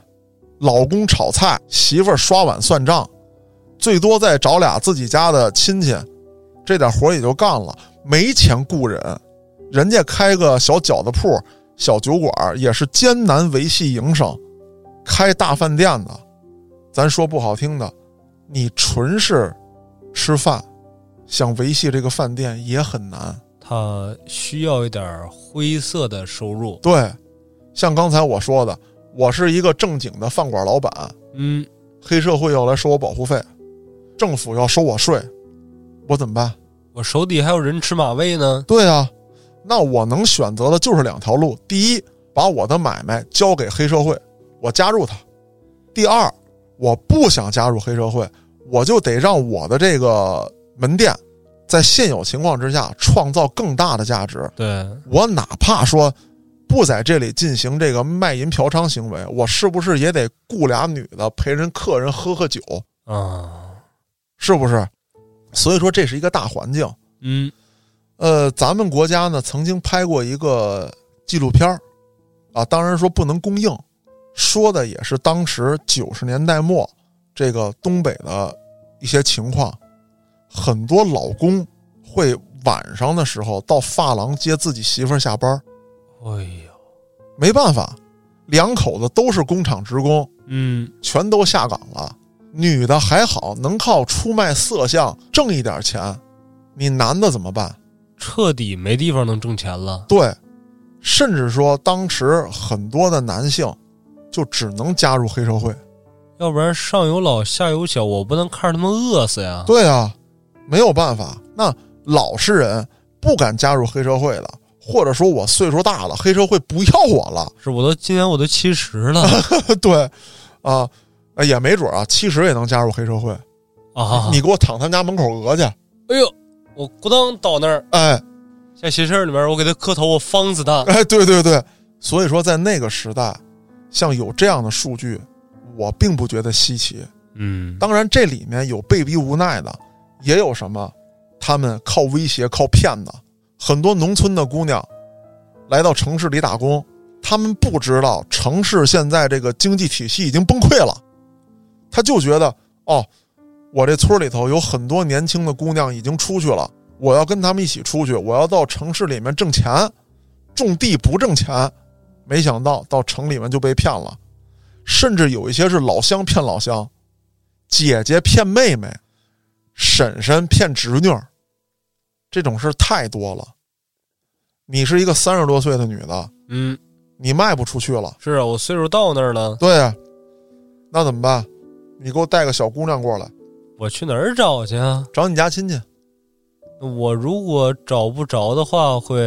Speaker 1: 老公炒菜，媳妇儿刷碗算账，最多再找俩自己家的亲戚，这点活儿也就干了，没钱雇人。人家开个小饺子铺、小酒馆儿也是艰难维系营生，开大饭店的，咱说不好听的，你纯是吃饭，想维系这个饭店也很难。
Speaker 2: 他需要一点灰色的收入。
Speaker 1: 对，像刚才我说的，我是一个正经的饭馆老板，
Speaker 2: 嗯，
Speaker 1: 黑社会要来收我保护费，政府要收我税，我怎么办？
Speaker 2: 我手底还有人吃马喂呢。
Speaker 1: 对啊，那我能选择的就是两条路：第一，把我的买卖交给黑社会，我加入他；第二，我不想加入黑社会，我就得让我的这个门店在现有情况之下创造更大的价值。
Speaker 2: 对，
Speaker 1: 我哪怕说不在这里进行这个卖淫嫖娼行为，我是不是也得雇俩女的陪人客人喝喝酒？
Speaker 2: 啊，
Speaker 1: 是不是？所以说这是一个大环境，
Speaker 2: 嗯
Speaker 1: 呃，咱们国家呢曾经拍过一个纪录片儿，啊，当然说不能公映，说的也是当时九十年代末这个东北的一些情况，很多老公会晚上的时候到发廊接自己媳妇儿下班儿，
Speaker 2: 哎呦，
Speaker 1: 没办法，两口子都是工厂职工，
Speaker 2: 嗯
Speaker 1: 全都下岗了。女的还好，能靠出卖色相挣一点钱，你男的怎么办？
Speaker 2: 彻底没地方能挣钱了。
Speaker 1: 对，甚至说当时很多的男性就只能加入黑社会。
Speaker 2: 要不然上有老下有小，我不能看着他们饿死呀。
Speaker 1: 对啊，没有办法。那老实人不敢加入黑社会了，或者说我岁数大了，黑社会不要我了。 [laughs]
Speaker 2: 是我都今年我都七十了
Speaker 1: 对，啊、呃也没准儿啊，七十也能加入黑社会。
Speaker 2: 啊！
Speaker 1: 你给我躺他们家门口讹去，
Speaker 2: 哎呦，我咕当倒那儿，
Speaker 1: 哎
Speaker 2: 在鞋室里面我给他磕头，我方死他。
Speaker 1: 哎，对对对。所以说，在那个时代，像有这样的数据，我并不觉得稀奇。
Speaker 2: 嗯
Speaker 1: 当然，这里面有被逼无奈的，也有什么他们靠威胁、靠骗的。很多农村的姑娘来到城市里打工，她们不知道城市现在这个经济体系已经崩溃了，她就觉得哦，我这村里头有很多年轻的姑娘已经出去了，我要跟她们一起出去，我要到城市里面挣钱，种地不挣钱。没想到到城里面就被骗了，甚至有一些是老乡骗老乡，姐姐骗妹妹，婶婶骗侄女儿，这种事太多了。你是一个三十多岁的女的，
Speaker 2: 嗯，
Speaker 1: 你卖不出去了，
Speaker 2: 是啊，我岁数到那儿了，
Speaker 1: 对呀，那怎么办？你给我带个小姑娘过来，
Speaker 2: 我去哪儿找去啊？
Speaker 1: 找你家亲戚，
Speaker 2: 我如果找不着的话，会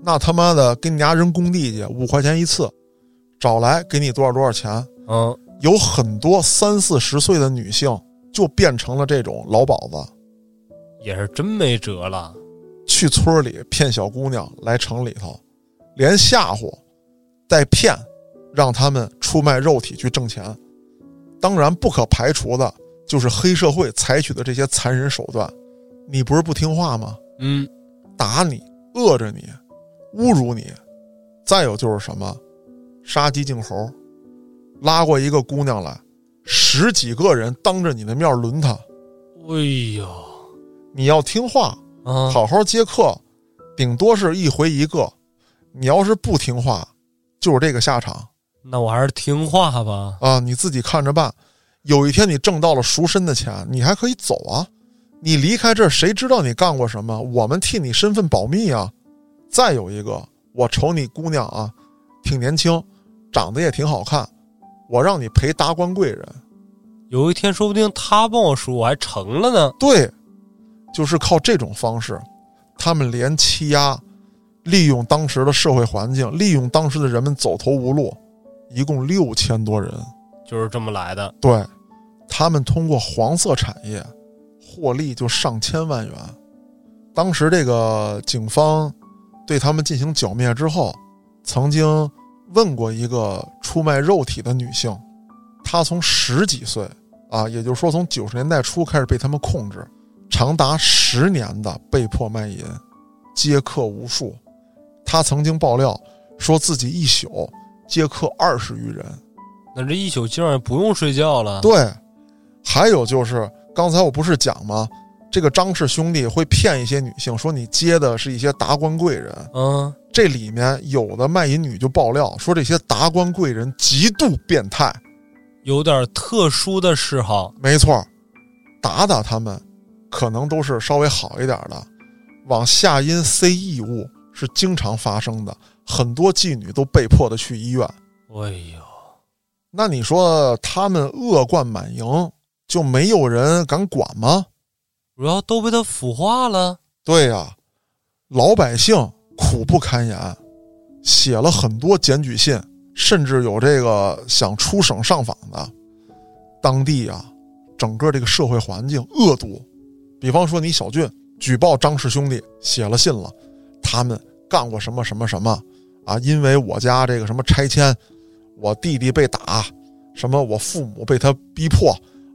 Speaker 1: 那他妈的给你家扔工地去，五块钱一次，找来给你多少多少钱。
Speaker 2: 嗯
Speaker 1: 有很多三四十岁的女性就变成了这种老鸨子，
Speaker 2: 也是真没辙了。
Speaker 1: 去村里骗小姑娘来城里头，连吓唬带骗，让他们出卖肉体去挣钱。当然，不可排除的就是黑社会采取的这些残忍手段。你不是不听话吗？
Speaker 2: 嗯，
Speaker 1: 打你、饿着你、侮辱你，再有就是什么，杀鸡儆猴，拉过一个姑娘来，十几个人当着你的面抡她，
Speaker 2: 哎呦
Speaker 1: 你要听话，
Speaker 2: 啊，
Speaker 1: 好好接客，顶多是一回一个。你要是不听话，就是这个下场
Speaker 2: 那我还是听话吧。
Speaker 1: 啊！你自己看着办。有一天你挣到了赎身的钱，你还可以走啊。你离开这儿，谁知道你干过什么？我们替你身份保密啊。再有一个，我瞅你姑娘啊，挺年轻，长得也挺好看，我让你陪达官贵人。
Speaker 2: 有一天说不定他帮我赎，我还成了呢。
Speaker 1: 对，就是靠这种方式，他们连欺压，利用当时的社会环境，利用当时的人们走投无路，一共六千多人。
Speaker 2: 就是这么来的。
Speaker 1: 对，他们通过黄色产业获利就上千万元。当时这个警方对他们进行剿灭之后，曾经问过一个出卖肉体的女性，她从十几岁啊，也就是说从九十年代初开始被他们控制，长达十年的被迫卖淫，接客无数。她曾经爆料说自己一宿接客二十余人。
Speaker 2: 那这一宿今晚不用睡觉了。
Speaker 1: 对，还有就是刚才我不是讲吗？这个张氏兄弟会骗一些女性，说你接的是一些达官贵人。
Speaker 2: 嗯，
Speaker 1: 这里面有的卖淫女就爆料说，这些达官贵人极度变态。
Speaker 2: 有点特殊的嗜好。
Speaker 1: 没错，打打他们，可能都是稍微好一点的。往下阴塞异物是经常发生的，很多妓女都被迫的去医院。
Speaker 2: 哎呦，
Speaker 1: 那你说他们恶贯满盈，就没有人敢管吗？
Speaker 2: 主要都被他腐化了。
Speaker 1: 对呀、老百姓苦不堪言，写了很多检举信，甚至有这个想出省上访的。当地啊，整个这个社会环境恶毒。比方说，你小俊举报张氏兄弟，写了信了，他们干过什么什么什么啊？因为我家这个什么拆迁，我弟弟被打，什么我父母被他逼迫，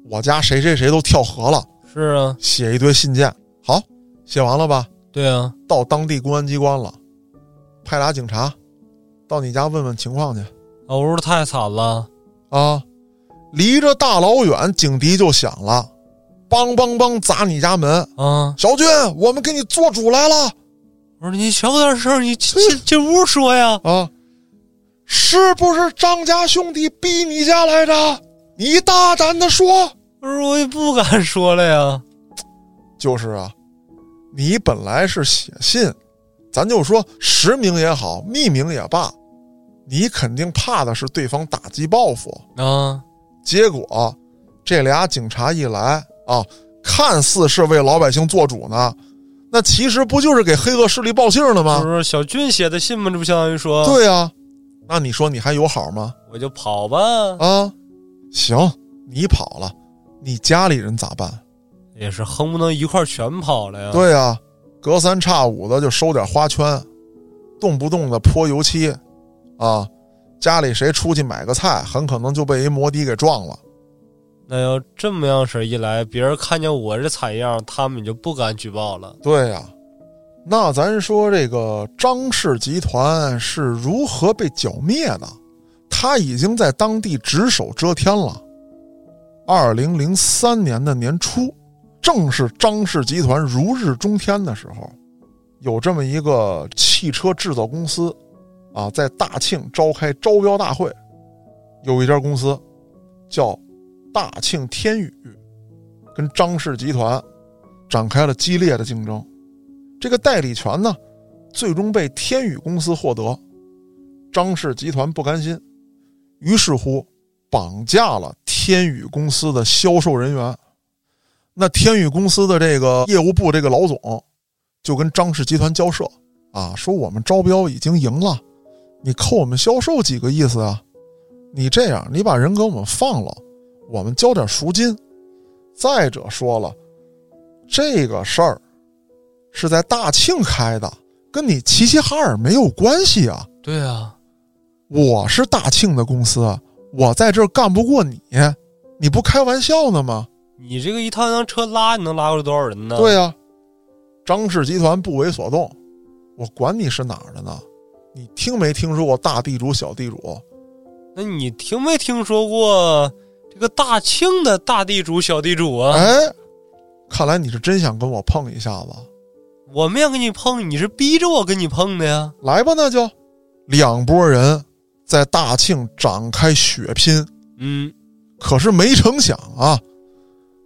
Speaker 1: 我家谁谁谁都跳河了。
Speaker 2: 是啊，
Speaker 1: 写一堆信件。好，写完了吧？
Speaker 2: 对啊，
Speaker 1: 到当地公安机关了，派俩警察到你家问问情况去
Speaker 2: 老吴啊太惨了，
Speaker 1: 啊！离着大老远，警笛就响了，梆梆梆砸你家门。
Speaker 2: 啊！
Speaker 1: 小军，我们给你做主来了
Speaker 2: 我说你小点声，你进
Speaker 1: 嗯
Speaker 2: 进进屋说呀。
Speaker 1: 啊！是不是张家兄弟逼你家来着？你大胆的说。
Speaker 2: 我说我也不敢说了呀。
Speaker 1: 就是啊，你本来是写信，咱就说实名也好，匿名也罢，你肯定怕的是对方打击报复。
Speaker 2: 啊，
Speaker 1: 结果这俩警察一来啊，看似是为老百姓做主呢，那其实不就是给黑恶势力报信了
Speaker 2: 就
Speaker 1: 吗？
Speaker 2: 是啊小俊写的信嘛，这不相当于说，
Speaker 1: 啊对呀、那你说你还有好吗？
Speaker 2: 我就跑吧。
Speaker 1: 啊，行，你跑了，你家里人咋办？
Speaker 2: 也是哼不能一块儿全跑了呀。，
Speaker 1: 对呀、隔三差五的就收点花圈，动不动的泼油漆，啊，家里谁出去买个菜，很可能就被一摩的给撞了。
Speaker 2: 那要这么样式儿一来，别人看见我这惨样，他们也就不敢举报了。
Speaker 1: 对呀、那咱说这个张氏集团是如何被剿灭的？他已经在当地只手遮天了。二零零三年的年初，正是张氏集团如日中天的时候，有这么一个汽车制造公司，啊，在大庆召开招标大会，有一家公司叫大庆天宇，跟张氏集团展开了激烈的竞争。这个代理权呢，最终被天宇公司获得。张氏集团不甘心，于是乎绑架了天宇公司的销售人员。那天宇公司的这个业务部这个老总就跟张氏集团交涉啊，说我们招标已经赢了，你扣我们销售几个意思啊？你这样，你把人给我们放了，我们交点赎金。再者说了，这个事儿是在大庆开的，跟你齐齐哈尔没有关系啊。
Speaker 2: 对啊，
Speaker 1: 我是大庆的公司，我在这儿干不过你，你不开玩笑呢吗？
Speaker 2: 你这个一趟趟车拉，你能拉过来多少人呢？
Speaker 1: 对呀、张氏集团不为所动，我管你是哪儿的呢？你听没听说过大地主小地主？
Speaker 2: 那你听没听说过这个大庆的大地主、小地主啊？
Speaker 1: 哎，看来你是真想跟我碰一下子，
Speaker 2: 我没想跟你碰，你是逼着我跟你碰的呀。
Speaker 1: 来吧，那就两拨人在大庆展开血拼。
Speaker 2: 嗯，
Speaker 1: 可是没成想啊，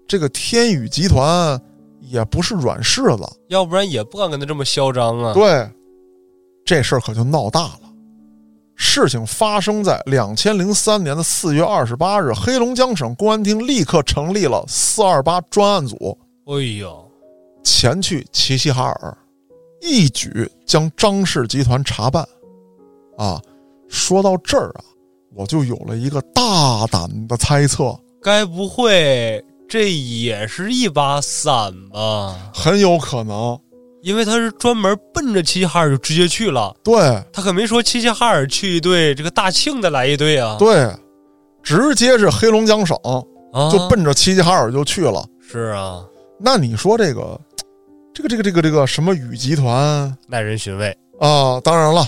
Speaker 1: 这个天宇集团也不是软柿子，
Speaker 2: 要不然也不敢跟他这么嚣张啊。
Speaker 1: 对，这事儿可就闹大了。事情发生在两千零三年的四月二十八日，黑龙江省公安厅立刻成立了四二八专案组，
Speaker 2: 哎呦，
Speaker 1: 前去齐齐哈尔，一举将张氏集团查办。啊，说到这儿啊，我就有了一个大胆的猜测，
Speaker 2: 该不会这也是一把伞吧？
Speaker 1: 很有可能
Speaker 2: 因为他是专门奔着齐齐哈尔就直接去了，
Speaker 1: 对。
Speaker 2: 他可没说齐齐哈尔去一队，这个大庆的来一队啊。
Speaker 1: 对，直接是黑龙江省
Speaker 2: 啊，
Speaker 1: 就奔着齐齐哈尔就去了。
Speaker 2: 是啊，
Speaker 1: 那你说这个，这个这个这个这个什么宇集团
Speaker 2: 耐人寻味。
Speaker 1: 啊？当然了，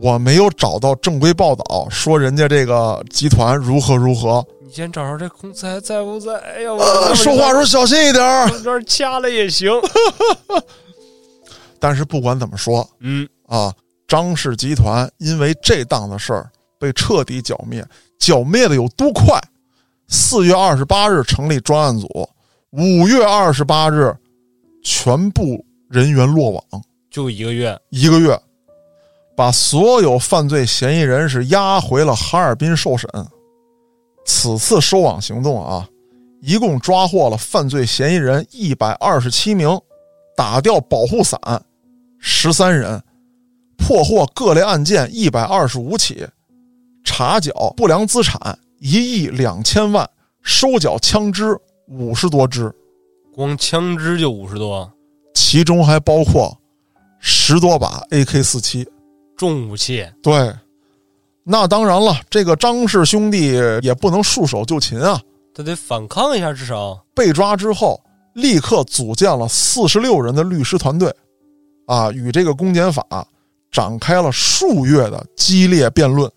Speaker 1: 我没有找到正规报道说人家这个集团如何如何。
Speaker 2: 你先找着这公司还在不在？哎呀，我
Speaker 1: 呃说话时候小心一点儿。
Speaker 2: 这儿掐了
Speaker 1: [laughs]
Speaker 2: 也行。
Speaker 1: 但是不管怎么说
Speaker 2: 嗯，
Speaker 1: 啊，张氏集团因为这档子事儿被彻底剿灭，剿灭的有多快？四月二十八日成立专案组，五月二十八日全部人员落网，
Speaker 2: 就一个月。
Speaker 1: 一个月，把所有犯罪嫌疑人是押回了哈尔滨受审。此次收网行动啊，一共抓获了犯罪嫌疑人一百二十七名，打掉保护伞十三人，破获各类案件一百二十五起，查缴不良资产一亿两千万，收缴枪支五十多支。
Speaker 2: 光枪支就五十多，
Speaker 1: 其中还包括十多把 AK 四七。
Speaker 2: 重武器。
Speaker 1: 对，那当然了，这个张氏兄弟也不能束手就擒啊。
Speaker 2: 他得反抗一下，至少
Speaker 1: 被抓之后，立刻组建了四十六人的律师团队，啊，与这个公检法展开了数月的激烈辩论。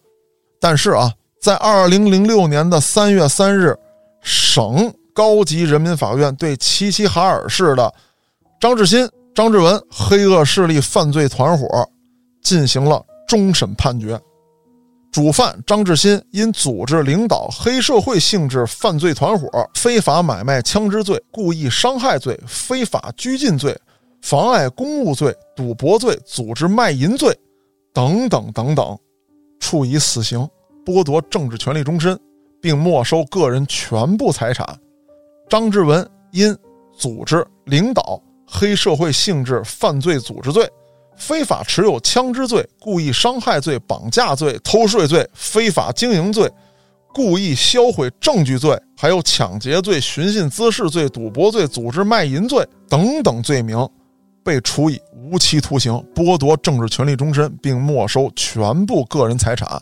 Speaker 1: 但是啊，在二零零六年的三月三日，省高级人民法院对齐齐哈尔市的张志新、张志文黑恶势力犯罪团伙进行了终审判决。主犯张志新因组织领导黑社会性质犯罪团伙、非法买卖枪支罪、故意伤害罪、非法拘禁罪、妨碍公务罪、赌博罪、组织卖淫罪等等等等，处以死刑，剥夺政治权利终身，并没收个人全部财产。张志文因组织领导黑社会性质犯罪组织罪、非法持有枪支罪、故意伤害罪、绑架罪、偷税罪、非法经营罪、故意销毁证据罪，还有抢劫罪、寻衅滋事罪、赌博罪、组织卖淫罪等等罪名，被处以无期徒刑，剥夺政治权利终身，并没收全部个人财产。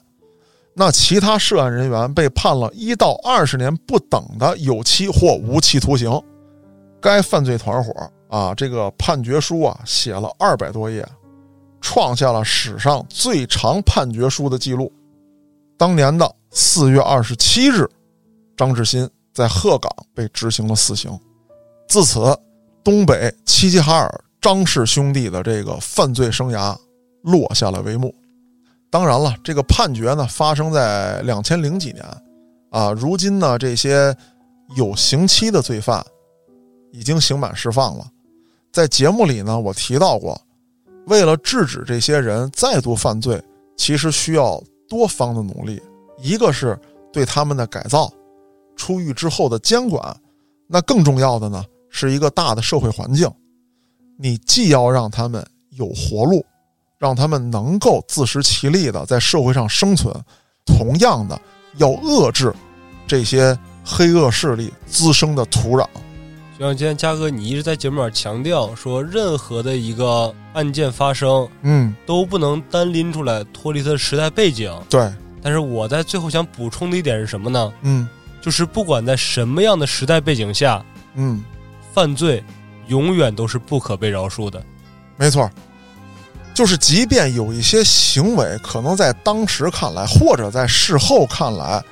Speaker 1: 那其他涉案人员被判了一到二十年不等的有期或无期徒刑。该犯罪团伙啊，这个判决书啊，写了二百多页，创下了史上最长判决书的记录。当年的四月二十七日，张志新在鹤岗被执行了死刑。自此，东北齐齐哈尔张氏兄弟的这个犯罪生涯落下了帷幕。当然了，这个判决呢发生在两千零几年，啊，如今呢这些有刑期的罪犯已经刑满释放了。在节目里呢，我提到过，为了制止这些人再度犯罪，其实需要多方的努力，一个是对他们的改造，出狱之后的监管，那更重要的呢是一个大的社会环境，你既要让他们有活路，让他们能够自食其力的在社会上生存，同样的要遏制这些黑恶势力滋生的土壤。
Speaker 2: 就像今天嘉哥你一直在节目上强调说，任何的一个案件发生
Speaker 1: 嗯，
Speaker 2: 都不能单拎出来脱离它的时代背景。
Speaker 1: 对，
Speaker 2: 但是我在最后想补充的一点是什么呢？
Speaker 1: 嗯
Speaker 2: 就是不管在什么样的时代背景下，
Speaker 1: 嗯。
Speaker 2: 犯罪永远都是不可被饶恕的。
Speaker 1: 没错儿，就是即便有一些行为可能在当时看来，或者在事后看来，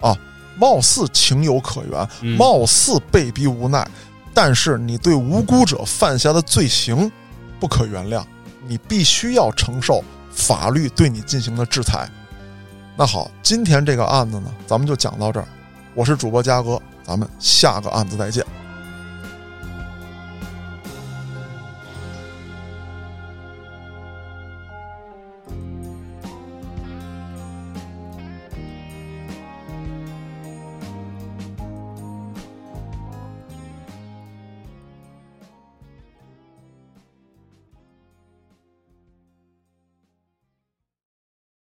Speaker 1: 啊，貌似情有可原，
Speaker 2: 嗯
Speaker 1: 貌似被逼无奈，但是你对无辜者犯下的罪行不可原谅，你必须要承受法律对你进行的制裁。那好，今天这个案子呢，咱们就讲到这儿。我是主播嘉哥，咱们下个案子再见。